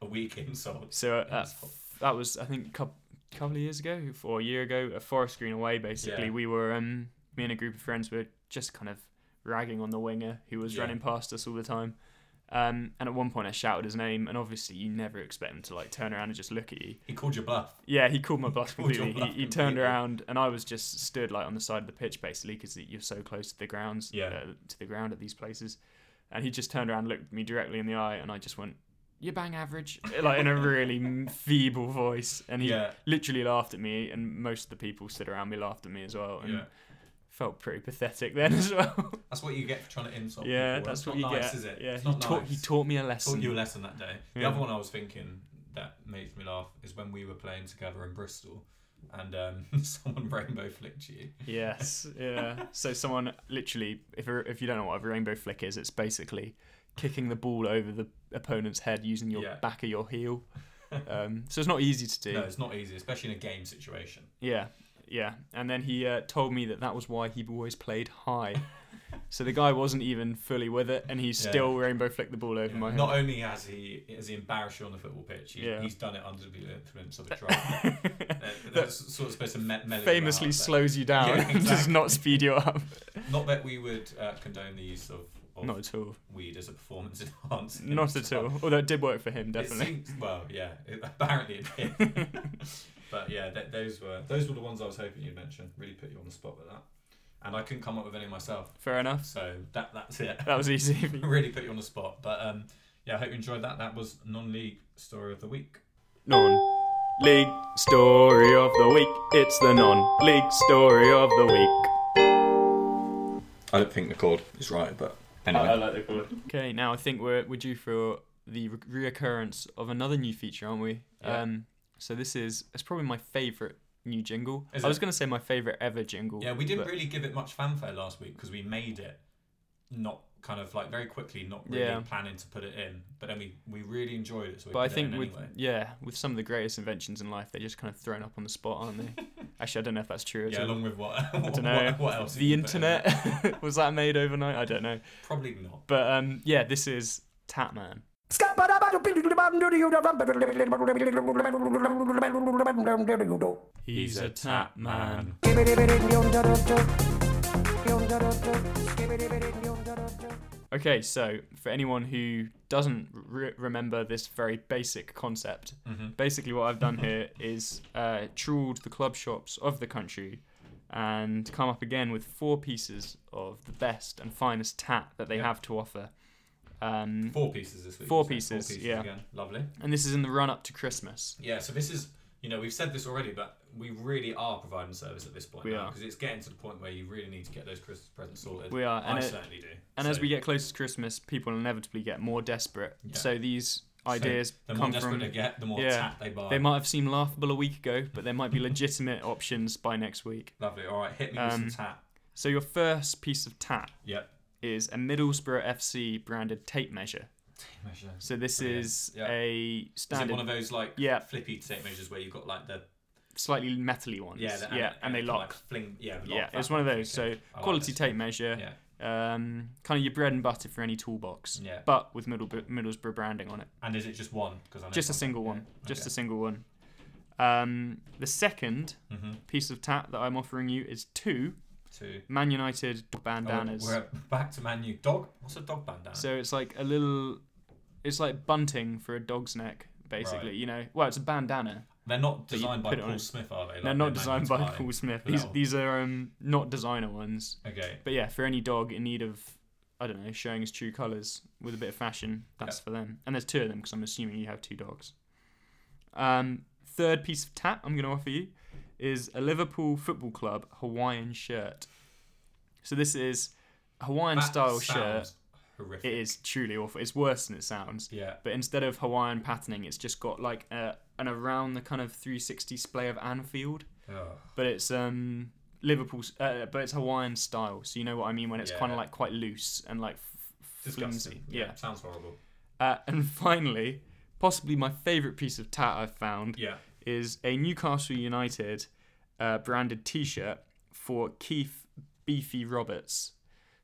[SPEAKER 4] a weak insult.
[SPEAKER 5] So uh,
[SPEAKER 4] That's cool.
[SPEAKER 5] that was I think a couple, couple of years ago or a year ago at Forest Green away. Basically,
[SPEAKER 4] Yeah.
[SPEAKER 5] we were um, me and a group of friends were just kind of ragging on the winger who was
[SPEAKER 4] Yeah.
[SPEAKER 5] running past us all the time. Um, and at one point, I shouted his name, and obviously, you never expect him to like turn around and just look at you.
[SPEAKER 4] He called you bluff.
[SPEAKER 5] Yeah, he called my bluff
[SPEAKER 4] Called your
[SPEAKER 5] completely.
[SPEAKER 4] bluff
[SPEAKER 5] he, he turned
[SPEAKER 4] completely.
[SPEAKER 5] around, and I was just stood like on the side of the pitch basically because you're so close to the grounds,
[SPEAKER 4] Yeah.
[SPEAKER 5] uh, to the ground at these places. And he just turned around, looked me directly in the eye, and I just went, "You bang average," like in a really m- feeble voice. And he
[SPEAKER 4] Yeah.
[SPEAKER 5] literally laughed at me, and most of the people stood around me laughed at me as well, and
[SPEAKER 4] Yeah.
[SPEAKER 5] felt pretty pathetic then as well.
[SPEAKER 4] That's what you get for trying to insult.
[SPEAKER 5] yeah,
[SPEAKER 4] people. eh?
[SPEAKER 5] that's
[SPEAKER 4] not
[SPEAKER 5] what you
[SPEAKER 4] nice,
[SPEAKER 5] get.
[SPEAKER 4] Is it?
[SPEAKER 5] Yeah,
[SPEAKER 4] It's
[SPEAKER 5] he
[SPEAKER 4] not
[SPEAKER 5] taught
[SPEAKER 4] nice.
[SPEAKER 5] he taught me a
[SPEAKER 4] Taught
[SPEAKER 5] lesson.
[SPEAKER 4] Oh, you a lesson that day. The
[SPEAKER 5] Yeah.
[SPEAKER 4] other one I was thinking that made me laugh is when we were playing together in Bristol, and um, someone rainbow flicked you.
[SPEAKER 5] Yes, yeah. So someone literally, if a, if you don't know what a rainbow flick is, it's basically kicking the ball over the opponent's head using your
[SPEAKER 4] Yeah.
[SPEAKER 5] back of your heel. Um, so it's not easy to do.
[SPEAKER 4] No, it's not easy, especially in a game situation.
[SPEAKER 5] Yeah, yeah. And then he uh, told me that that was why he always played high. so the guy wasn't even fully with it, and he still rainbow flicked the ball over my head.
[SPEAKER 4] Not only has he has he embarrassed you on the football pitch, he's,
[SPEAKER 5] Yeah.
[SPEAKER 4] he's done it under the influence of a drug. Uh, that's sort of supposed to me- mellow you
[SPEAKER 5] Famously
[SPEAKER 4] out, but-
[SPEAKER 5] slows you down,
[SPEAKER 4] Yeah,
[SPEAKER 5] and does
[SPEAKER 4] exactly.
[SPEAKER 5] not speed you up.
[SPEAKER 4] Not that we would uh, condone the use of, of
[SPEAKER 5] Not at all.
[SPEAKER 4] weed as a performance enhancer.
[SPEAKER 5] Not at all. Although it did work for him,
[SPEAKER 4] It
[SPEAKER 5] definitely.
[SPEAKER 4] seems- well, yeah. It, apparently it did. but yeah, th- those were those were the ones I was hoping you'd mention. Really put you on the spot with that, and I couldn't come up with any myself.
[SPEAKER 5] Fair enough.
[SPEAKER 4] So that that's it.
[SPEAKER 5] That was easy. for you.
[SPEAKER 4] really put you on the spot. But um, yeah, I hope you enjoyed that. That was non-league story of the week.
[SPEAKER 5] Non-league story of the week. It's the non-league story of the week.
[SPEAKER 4] I don't think the chord is right, but
[SPEAKER 5] like the colour. Okay, now I think we're we're due for the re- reoccurrence of another new feature, aren't we?
[SPEAKER 4] Yeah.
[SPEAKER 5] Um, so this is it's probably my favourite new jingle.
[SPEAKER 4] Is
[SPEAKER 5] I was
[SPEAKER 4] it?
[SPEAKER 5] going to say my favourite ever jingle.
[SPEAKER 4] yeah, we didn't
[SPEAKER 5] but-
[SPEAKER 4] really give it much fanfare last week because we made it not kind of like very quickly, not really
[SPEAKER 5] Yeah.
[SPEAKER 4] planning to put it in. But then we we really enjoyed it, so we
[SPEAKER 5] But I
[SPEAKER 4] put it
[SPEAKER 5] think
[SPEAKER 4] in
[SPEAKER 5] with
[SPEAKER 4] anyway.
[SPEAKER 5] yeah, with some of the greatest inventions in life, they're just kind of thrown up on the spot, aren't they? Actually, I don't know if that's true. at
[SPEAKER 4] Yeah,
[SPEAKER 5] all.
[SPEAKER 4] along with what?
[SPEAKER 5] I don't know.
[SPEAKER 4] What, what else?
[SPEAKER 5] the
[SPEAKER 4] did we put in?
[SPEAKER 5] internet was that made overnight? I don't know.
[SPEAKER 4] Probably not.
[SPEAKER 5] But um, yeah, this is Tatman. He's a tap man. Okay, so for anyone who doesn't re- remember this very basic concept,
[SPEAKER 4] Mm-hmm.
[SPEAKER 5] basically what I've done here is uh, trawled the club shops of the country and come up again with four pieces of the best and finest tat that they
[SPEAKER 4] Yeah.
[SPEAKER 5] have to offer. Um,
[SPEAKER 4] Four pieces this week.
[SPEAKER 5] Four
[SPEAKER 4] you said.
[SPEAKER 5] pieces, yeah.
[SPEAKER 4] Again. Lovely.
[SPEAKER 5] and this is in the run up to Christmas.
[SPEAKER 4] Yeah, so this is, you know, we've said this already, but we really are providing service at this point
[SPEAKER 5] We are.
[SPEAKER 4] because it's getting to the point where you really need to get those Christmas presents sorted.
[SPEAKER 5] We are,
[SPEAKER 4] I
[SPEAKER 5] and it-
[SPEAKER 4] certainly do.
[SPEAKER 5] And as
[SPEAKER 4] So
[SPEAKER 5] we get closer to Christmas, people inevitably get more desperate.
[SPEAKER 4] Yeah.
[SPEAKER 5] So these
[SPEAKER 4] So
[SPEAKER 5] ideas
[SPEAKER 4] the more
[SPEAKER 5] come
[SPEAKER 4] desperate
[SPEAKER 5] from.
[SPEAKER 4] they get, the more
[SPEAKER 5] yeah,
[SPEAKER 4] tat they buy.
[SPEAKER 5] They might have seemed laughable a week ago, but there might be legitimate options by next week.
[SPEAKER 4] Lovely. All right, hit me with
[SPEAKER 5] Um,
[SPEAKER 4] some tat.
[SPEAKER 5] So your first piece of tat
[SPEAKER 4] Yep.
[SPEAKER 5] is a Middlesbrough FC branded tape measure.
[SPEAKER 4] Measure. Is
[SPEAKER 5] So this
[SPEAKER 4] Brilliant.
[SPEAKER 5] is
[SPEAKER 4] Oh, Yeah.
[SPEAKER 5] a
[SPEAKER 4] it
[SPEAKER 5] standard,
[SPEAKER 4] one of those like
[SPEAKER 5] Yeah.
[SPEAKER 4] flippy tape measures where you've got like the
[SPEAKER 5] slightly metally ones.
[SPEAKER 4] yeah the,
[SPEAKER 5] yeah, and they
[SPEAKER 4] can,
[SPEAKER 5] lock.
[SPEAKER 4] like, fling yeah they
[SPEAKER 5] yeah,
[SPEAKER 4] lock
[SPEAKER 5] it's
[SPEAKER 4] that
[SPEAKER 5] one of
[SPEAKER 4] way.
[SPEAKER 5] those.
[SPEAKER 4] Okay.
[SPEAKER 5] So
[SPEAKER 4] I like
[SPEAKER 5] quality
[SPEAKER 4] this.
[SPEAKER 5] tape measure,
[SPEAKER 4] Yeah,
[SPEAKER 5] um, kind of your bread and butter for any toolbox,
[SPEAKER 4] yeah.
[SPEAKER 5] but with Middlesbrough, Middlesbrough branding on it.
[SPEAKER 4] And is it just one? Because I know
[SPEAKER 5] Just a single one. Just a single one. Um, the second
[SPEAKER 4] hmm
[SPEAKER 5] piece of tat that I'm offering you is two
[SPEAKER 4] Two.
[SPEAKER 5] Man United
[SPEAKER 4] Oh,
[SPEAKER 5] bandanas.
[SPEAKER 4] we're back to Manu. Dog? What's a dog bandana?
[SPEAKER 5] So it's like a little, it's like bunting for a dog's neck, basically.
[SPEAKER 4] Right.
[SPEAKER 5] You know, well, it's a bandana.
[SPEAKER 4] They're not
[SPEAKER 5] that you
[SPEAKER 4] designed by
[SPEAKER 5] put it on
[SPEAKER 4] Paul
[SPEAKER 5] it.
[SPEAKER 4] Smith, are they? Like,
[SPEAKER 5] They're
[SPEAKER 4] they're
[SPEAKER 5] not designed by
[SPEAKER 4] manually
[SPEAKER 5] Paul Smith.
[SPEAKER 4] for that
[SPEAKER 5] These
[SPEAKER 4] one.
[SPEAKER 5] these are um not designer ones.
[SPEAKER 4] tied. Okay.
[SPEAKER 5] But yeah, for any dog in need of, I don't know, showing his true colours with a bit of fashion, that's for them. And there's two of them because I'm assuming you have two dogs. Um, third piece of tat I'm going to offer you is a Liverpool Football Club Hawaiian shirt. So this is a Hawaiian
[SPEAKER 4] That
[SPEAKER 5] style shirt.
[SPEAKER 4] sounds Horrific.
[SPEAKER 5] It is truly awful. It's worse than it sounds.
[SPEAKER 4] Yeah.
[SPEAKER 5] But instead of Hawaiian patterning, it's just got like a, an around the kind of 360 splay of Anfield
[SPEAKER 4] Ugh.
[SPEAKER 5] but it's um Liverpool, uh, but it's Hawaiian style. So you know what I mean when it's kind
[SPEAKER 4] Yeah.
[SPEAKER 5] of like quite loose and like f- f-
[SPEAKER 4] Disgusting.
[SPEAKER 5] flimsy. Yeah.
[SPEAKER 4] Sounds horrible.
[SPEAKER 5] Uh, and finally, possibly my favourite piece of tat I've found
[SPEAKER 4] Yeah.
[SPEAKER 5] is a Newcastle United uh, branded T-shirt for Keith Beefy Roberts.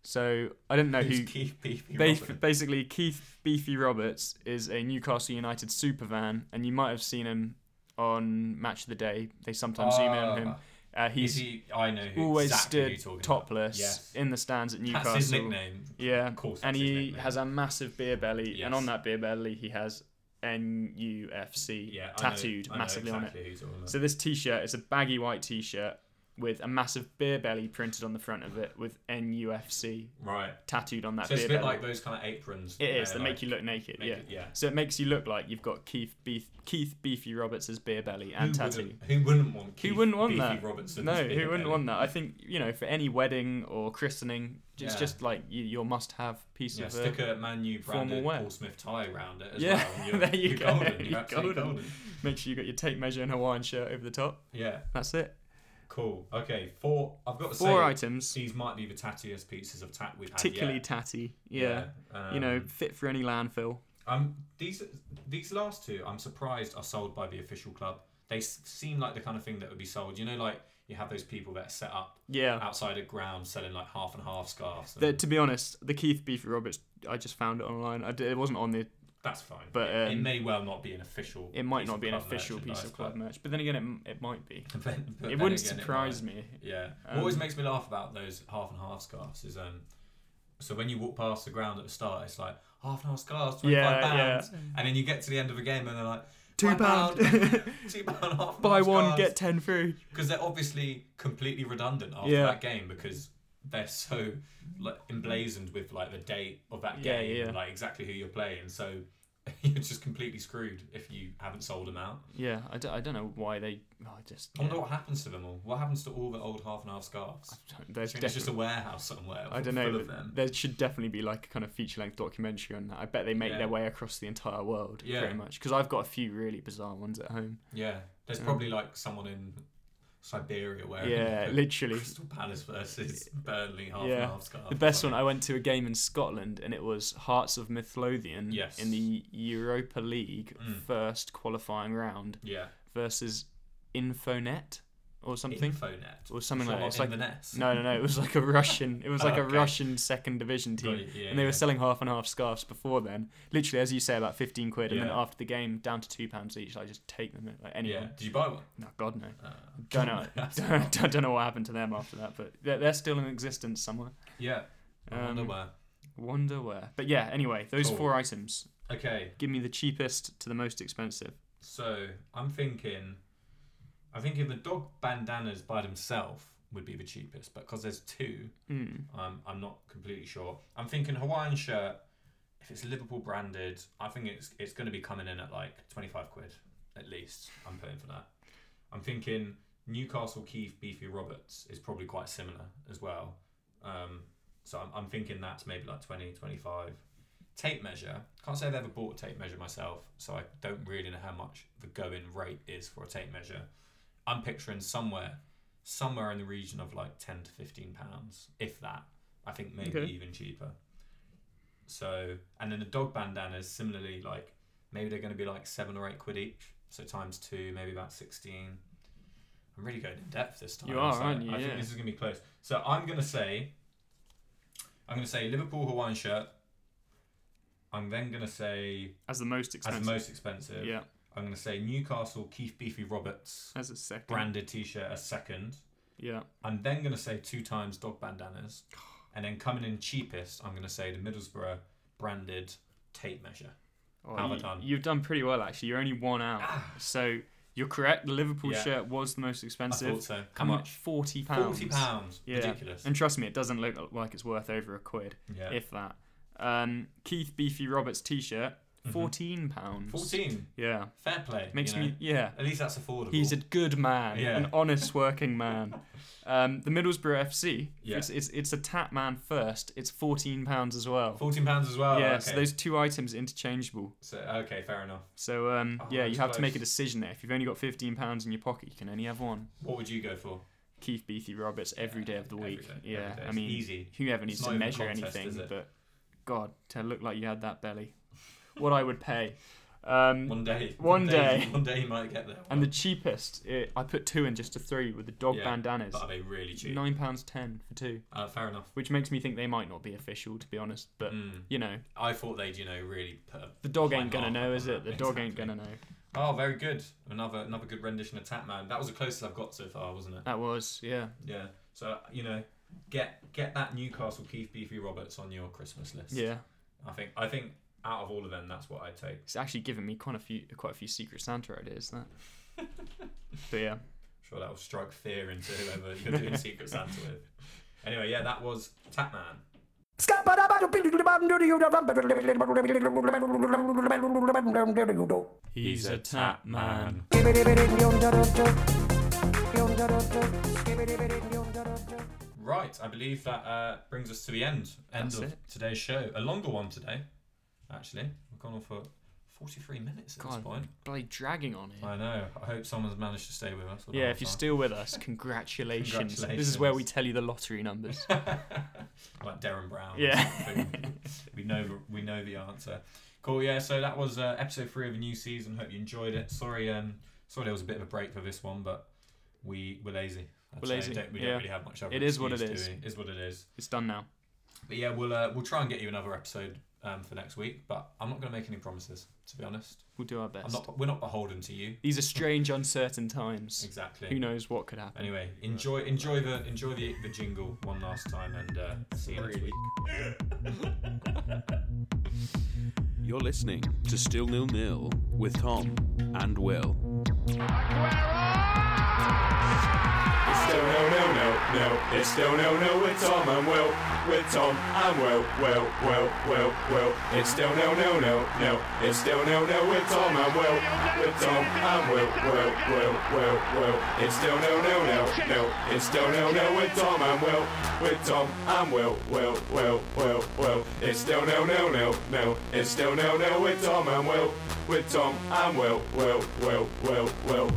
[SPEAKER 5] So I don't know
[SPEAKER 4] Who's
[SPEAKER 5] who.
[SPEAKER 4] Keith Beefy
[SPEAKER 5] Ba-
[SPEAKER 4] Robin?
[SPEAKER 5] basically, Keith Beefy Roberts is a Newcastle United supervan, and you might have seen him on Match of the Day. They sometimes zoom in on him.
[SPEAKER 4] Ah,
[SPEAKER 5] Uh,
[SPEAKER 4] Is
[SPEAKER 5] he's
[SPEAKER 4] he? I know who
[SPEAKER 5] always
[SPEAKER 4] exactly who you're
[SPEAKER 5] stood
[SPEAKER 4] talking
[SPEAKER 5] topless
[SPEAKER 4] About. Yes.
[SPEAKER 5] in the stands at Newcastle.
[SPEAKER 4] That's his nickname.
[SPEAKER 5] Yeah,
[SPEAKER 4] Of course.
[SPEAKER 5] and
[SPEAKER 4] that's his
[SPEAKER 5] he
[SPEAKER 4] nickname.
[SPEAKER 5] has a massive beer belly,
[SPEAKER 4] Yes.
[SPEAKER 5] and on that beer belly he has NUFC
[SPEAKER 4] yeah, I know-
[SPEAKER 5] tattooed
[SPEAKER 4] I know
[SPEAKER 5] massively on it.
[SPEAKER 4] exactly who you're talking about.
[SPEAKER 5] So this T-shirt is a baggy white T-shirt with a massive beer belly printed on the front of it with NUFC
[SPEAKER 4] right.
[SPEAKER 5] tattooed on that
[SPEAKER 4] So it's
[SPEAKER 5] beer
[SPEAKER 4] a bit
[SPEAKER 5] belly.
[SPEAKER 4] like those kind of aprons.
[SPEAKER 5] it is.
[SPEAKER 4] uh,
[SPEAKER 5] They
[SPEAKER 4] like,
[SPEAKER 5] make you look naked.
[SPEAKER 4] make
[SPEAKER 5] yeah.
[SPEAKER 4] it- yeah.
[SPEAKER 5] So it makes you look like you've got Keith Beef, Keith Beefy Roberts' beer belly
[SPEAKER 4] Who
[SPEAKER 5] and tattoo.
[SPEAKER 4] wouldn't, who wouldn't want Keith
[SPEAKER 5] Who wouldn't want
[SPEAKER 4] Beefy
[SPEAKER 5] that?
[SPEAKER 4] Robertson?
[SPEAKER 5] no, who wouldn't want that? I think you know, for any wedding or christening, it's
[SPEAKER 4] Yeah.
[SPEAKER 5] just like you, your must-have piece
[SPEAKER 4] Yeah,
[SPEAKER 5] of.
[SPEAKER 4] stick
[SPEAKER 5] Uh,
[SPEAKER 4] a Man U
[SPEAKER 5] formal
[SPEAKER 4] branded
[SPEAKER 5] wear.
[SPEAKER 4] Paul Smith tie around it as
[SPEAKER 5] Yeah,
[SPEAKER 4] well. and You're,
[SPEAKER 5] there you
[SPEAKER 4] you're
[SPEAKER 5] go,
[SPEAKER 4] golden. You're,
[SPEAKER 5] you're
[SPEAKER 4] absolutely
[SPEAKER 5] golden.
[SPEAKER 4] golden.
[SPEAKER 5] make sure you got your tape measure and Hawaiian shirt over the top.
[SPEAKER 4] Yeah,
[SPEAKER 5] That's it.
[SPEAKER 4] cool. Okay, four. I've got to
[SPEAKER 5] Four
[SPEAKER 4] say,
[SPEAKER 5] items,
[SPEAKER 4] these might be the tattiest pieces of tat we've had
[SPEAKER 5] particularly
[SPEAKER 4] yet.
[SPEAKER 5] tatty. Yeah,
[SPEAKER 4] um,
[SPEAKER 5] you know, fit for any landfill.
[SPEAKER 4] um, these these last two, I'm surprised are sold by the official club. They s- seem like the kind of thing that would be sold. You know, like you have those people that are set up
[SPEAKER 5] Yeah.
[SPEAKER 4] outside a ground selling like half and half scarves. and-
[SPEAKER 5] The, to be honest, the Keith Beefy Roberts, I just found it online. I d it wasn't on the,
[SPEAKER 4] that's fine.
[SPEAKER 5] but um,
[SPEAKER 4] it may well not be an official.
[SPEAKER 5] it might
[SPEAKER 4] piece
[SPEAKER 5] not
[SPEAKER 4] of
[SPEAKER 5] be an
[SPEAKER 4] club
[SPEAKER 5] official piece
[SPEAKER 4] merchandise,
[SPEAKER 5] of club merch. But then again, it, m- it might be.
[SPEAKER 4] but- but then
[SPEAKER 5] it wouldn't
[SPEAKER 4] again, it
[SPEAKER 5] surprise me.
[SPEAKER 4] Yeah.
[SPEAKER 5] Um,
[SPEAKER 4] what always makes me laugh about those half and half scarves is um so when you walk past the ground at the start it's like half and half scarves, twenty
[SPEAKER 5] Yeah,
[SPEAKER 4] five
[SPEAKER 5] yeah.
[SPEAKER 4] pounds. And then you get to the end of a game and they're like
[SPEAKER 5] Two
[SPEAKER 4] "One
[SPEAKER 5] pound."
[SPEAKER 4] two pound half and
[SPEAKER 5] Buy
[SPEAKER 4] half
[SPEAKER 5] one,
[SPEAKER 4] scarves.
[SPEAKER 5] get ten free.
[SPEAKER 4] because they're obviously completely redundant after
[SPEAKER 5] Yeah.
[SPEAKER 4] that game because they're so like emblazoned with like the date of that
[SPEAKER 5] Yeah,
[SPEAKER 4] game
[SPEAKER 5] yeah.
[SPEAKER 4] and like exactly who you're playing. So you're just completely screwed if you haven't sold them out.
[SPEAKER 5] Yeah, I d- I don't know why they. oh, I just.
[SPEAKER 4] I wonder
[SPEAKER 5] yeah.
[SPEAKER 4] what happens to them all. What happens to all the old half and half scarves?
[SPEAKER 5] There's
[SPEAKER 4] I think It's
[SPEAKER 5] definitely.
[SPEAKER 4] just a warehouse somewhere.
[SPEAKER 5] I don't
[SPEAKER 4] full
[SPEAKER 5] know.
[SPEAKER 4] of them.
[SPEAKER 5] But there should definitely be like a kind of feature length documentary on that. I bet they make
[SPEAKER 4] Yeah.
[SPEAKER 5] their way across the entire world
[SPEAKER 4] Yeah.
[SPEAKER 5] pretty much. Because I've got a few really bizarre ones at home.
[SPEAKER 4] Yeah, there's
[SPEAKER 5] Um,
[SPEAKER 4] probably like someone in Siberia wearing
[SPEAKER 5] yeah,
[SPEAKER 4] the
[SPEAKER 5] literally.
[SPEAKER 4] Crystal Palace versus Burnley half
[SPEAKER 5] Yeah.
[SPEAKER 4] and half scarf.
[SPEAKER 5] The
[SPEAKER 4] or
[SPEAKER 5] best one,
[SPEAKER 4] something.
[SPEAKER 5] I went to a game in Scotland and it was Hearts of Midlothian
[SPEAKER 4] Yes.
[SPEAKER 5] in the Europa League
[SPEAKER 4] Mm.
[SPEAKER 5] first qualifying round
[SPEAKER 4] yeah,
[SPEAKER 5] versus Infonet or something.
[SPEAKER 4] Infonet
[SPEAKER 5] or something
[SPEAKER 4] Sure,
[SPEAKER 5] like that. It's
[SPEAKER 4] in
[SPEAKER 5] like
[SPEAKER 4] the nest.
[SPEAKER 5] No, no, no. It was like a Russian. It was like a
[SPEAKER 4] Okay.
[SPEAKER 5] Russian second division
[SPEAKER 4] Got
[SPEAKER 5] team,
[SPEAKER 4] it, yeah,
[SPEAKER 5] and they
[SPEAKER 4] yeah.
[SPEAKER 5] were selling half and half scarves before then. Literally, as you say, about fifteen quid, and then
[SPEAKER 4] Yeah.
[SPEAKER 5] after the game, down to two pounds each. I just take them like
[SPEAKER 4] Yeah,
[SPEAKER 5] anyone.
[SPEAKER 4] did you buy one?
[SPEAKER 5] No, God no.
[SPEAKER 4] Uh,
[SPEAKER 5] Don't know.
[SPEAKER 4] That's
[SPEAKER 5] don't, don't know what happened to them after that, but they're, they're still in existence somewhere.
[SPEAKER 4] yeah, I
[SPEAKER 5] Um,
[SPEAKER 4] wonder where.
[SPEAKER 5] Wonder where. But yeah. Anyway, those
[SPEAKER 4] Cool.
[SPEAKER 5] four items.
[SPEAKER 4] Okay,
[SPEAKER 5] Give me the cheapest to the most expensive.
[SPEAKER 4] so I'm thinking, I'm thinking the dog bandanas by themselves would be the cheapest, but because there's two,
[SPEAKER 5] Mm.
[SPEAKER 4] um, I'm not completely sure. I'm thinking Hawaiian shirt. If it's Liverpool branded, I think it's it's going to be coming in at like 25 quid at least. I'm putting for that. I'm thinking Newcastle Keith Beefy Roberts is probably quite similar as well. Um, so I'm, I'm thinking that's maybe like 20, 25. Tape measure. Can't say I've ever bought a tape measure myself, so I don't really know how much the going rate is for a tape measure. I'm picturing somewhere somewhere in the region of like 10 to 15 pounds if that i think maybe
[SPEAKER 5] Okay.
[SPEAKER 4] even cheaper so and then the dog bandanas similarly like maybe they're going to be like 7 or 8 quid each so times 2 maybe about 16 i'm really going in depth this time
[SPEAKER 5] You are,
[SPEAKER 4] so
[SPEAKER 5] aren't you?
[SPEAKER 4] i
[SPEAKER 5] Yeah.
[SPEAKER 4] think this is going to be close so i'm going to say i'm going to say liverpool hawaiian shirt i'm then going to say
[SPEAKER 5] As the most expensive.
[SPEAKER 4] as most expensive
[SPEAKER 5] yeah,
[SPEAKER 4] i'm going to say newcastle keith beefy roberts
[SPEAKER 5] as a second.
[SPEAKER 4] branded t-shirt a second
[SPEAKER 5] Yeah.
[SPEAKER 4] I'm then going to say two times dog bandanas. And then coming in cheapest, I'm going to say the Middlesbrough branded tape measure.
[SPEAKER 5] Well,
[SPEAKER 4] Have a
[SPEAKER 5] you,
[SPEAKER 4] done.
[SPEAKER 5] You've done pretty well actually. You're only one out. so you're correct. The Liverpool
[SPEAKER 4] Yeah.
[SPEAKER 5] shirt was the
[SPEAKER 4] I
[SPEAKER 5] most expensive.
[SPEAKER 4] thought so. How
[SPEAKER 5] Coming at
[SPEAKER 4] much?
[SPEAKER 5] Forty pounds.
[SPEAKER 4] Forty pounds.
[SPEAKER 5] Yeah.
[SPEAKER 4] Ridiculous.
[SPEAKER 5] And trust me, it doesn't look like it's worth over a quid,
[SPEAKER 4] Yeah.
[SPEAKER 5] if that. Um, Keith Beefy Roberts T-shirt, fourteen pounds.
[SPEAKER 4] Mm-hmm. Fourteen.
[SPEAKER 5] Yeah,
[SPEAKER 4] Fair play.
[SPEAKER 5] makes
[SPEAKER 4] you know.
[SPEAKER 5] me yeah.
[SPEAKER 4] At least that's affordable.
[SPEAKER 5] He's a good man,
[SPEAKER 4] Yeah.
[SPEAKER 5] an honest working man. Um, the Middlesbrough FC,
[SPEAKER 4] Yeah.
[SPEAKER 5] it's, it's it's a tap man first. It's fourteen pounds as well.
[SPEAKER 4] Fourteen pounds as well.
[SPEAKER 5] yeah,
[SPEAKER 4] Oh, okay.
[SPEAKER 5] so those two items are interchangeable.
[SPEAKER 4] So, okay, fair enough.
[SPEAKER 5] So um,
[SPEAKER 4] Oh,
[SPEAKER 5] yeah,
[SPEAKER 4] that's
[SPEAKER 5] you have to make a
[SPEAKER 4] close.
[SPEAKER 5] decision there. If you've only got fifteen pounds in your pocket, you can only have one.
[SPEAKER 4] What would you go for?
[SPEAKER 5] Keith Beathy Roberts every day of the
[SPEAKER 4] Every
[SPEAKER 5] week.
[SPEAKER 4] day, every
[SPEAKER 5] yeah,
[SPEAKER 4] day.
[SPEAKER 5] I
[SPEAKER 4] It's
[SPEAKER 5] mean,
[SPEAKER 4] easy.
[SPEAKER 5] whoever
[SPEAKER 4] It's
[SPEAKER 5] needs
[SPEAKER 4] not
[SPEAKER 5] to
[SPEAKER 4] even a
[SPEAKER 5] measure
[SPEAKER 4] contest, is
[SPEAKER 5] anything,
[SPEAKER 4] it?
[SPEAKER 5] but God, to look like you had that belly, what I would pay. Um,
[SPEAKER 4] One day.
[SPEAKER 5] One day.
[SPEAKER 4] One day you might get there.
[SPEAKER 5] and the cheapest, it, I put two in just to three with the dog
[SPEAKER 4] Yeah,
[SPEAKER 5] bandanas.
[SPEAKER 4] But are they really cheap?
[SPEAKER 5] Nine pounds ten for two,
[SPEAKER 4] Uh, fair enough.
[SPEAKER 5] which makes me think they might not be official, to be honest. But
[SPEAKER 4] Mm.
[SPEAKER 5] you know,
[SPEAKER 4] I thought they'd, you know, really put a
[SPEAKER 5] the dog
[SPEAKER 4] Why
[SPEAKER 5] ain't gonna
[SPEAKER 4] not?
[SPEAKER 5] know, is it? The dog ain't
[SPEAKER 4] Exactly.
[SPEAKER 5] gonna know.
[SPEAKER 4] Oh, very good. Another another good rendition of Tatman. That was the closest I've got so far, wasn't it?
[SPEAKER 5] That was yeah.
[SPEAKER 4] Yeah. So you know, get get that Newcastle Keith Beefy Roberts on your Christmas list.
[SPEAKER 5] Yeah,
[SPEAKER 4] I think I think out of all of them, that's what I'd take.
[SPEAKER 5] it's actually given me quite a few, quite a few Secret Santa ideas. That, but yeah,
[SPEAKER 4] I'm sure that will strike fear into whoever you're doing Secret Santa with. Anyway, yeah, that was Tatman.
[SPEAKER 5] he's
[SPEAKER 4] a tap man. Right, I believe that uh, brings us to the end end
[SPEAKER 5] That's
[SPEAKER 4] of
[SPEAKER 5] it.
[SPEAKER 4] today's show. A longer one today, actually. We've gone on for forty-three minutes at this
[SPEAKER 5] God.
[SPEAKER 4] point.
[SPEAKER 5] Bloody dragging on here.
[SPEAKER 4] I know. I hope someone's managed to stay with us. for the
[SPEAKER 5] Yeah,
[SPEAKER 4] whole
[SPEAKER 5] if you're
[SPEAKER 4] time.
[SPEAKER 5] still with us, congratulations. This is
[SPEAKER 4] Congratulations.
[SPEAKER 5] where we tell you the lottery numbers.
[SPEAKER 4] like Darren Brown. or
[SPEAKER 5] Yeah.
[SPEAKER 4] something. we know the- we know the answer. Cool. Yeah. So that was uh, episode three of a new season. Hope you enjoyed it. Sorry, um, sorry there was a bit of a break for this one, but we were lazy. I'd
[SPEAKER 5] We're
[SPEAKER 4] say.
[SPEAKER 5] lazy,
[SPEAKER 4] Don't, we
[SPEAKER 5] yeah.
[SPEAKER 4] don't really have much. Other
[SPEAKER 5] It is what it
[SPEAKER 4] excuse,
[SPEAKER 5] is.
[SPEAKER 4] do we? Is what it is.
[SPEAKER 5] it's done now.
[SPEAKER 4] But yeah, we'll uh, we'll try and get you another episode um, for next week. But I'm not going to make any promises. To be honest,
[SPEAKER 5] We'll do our
[SPEAKER 4] I'm
[SPEAKER 5] best.
[SPEAKER 4] not. We're not beholden to you.
[SPEAKER 5] These are strange, uncertain times.
[SPEAKER 4] Exactly.
[SPEAKER 5] Who knows what could happen?
[SPEAKER 4] Anyway, enjoy enjoy the enjoy the, the jingle one last time and uh, see you next week.
[SPEAKER 2] You're listening to Still Nil Nil with Tom and Will.
[SPEAKER 3] It's still no, no, no, no. It's still no, no with Tom and Will. With Tom and Will, Will, Will, Will, Will. It's still no, no, no, no. It's still no, no with Tom and Will. With Tom and Will, Will, Will, Will, Will. It's still no, no, no, no. It's still no, no with Tom and Will. With Tom and Will, Will, Will, Will, Will. It's still no, no, no, no. It's still no, no with Tom and Will. With Tom and Will, Will, Will, Will, Will.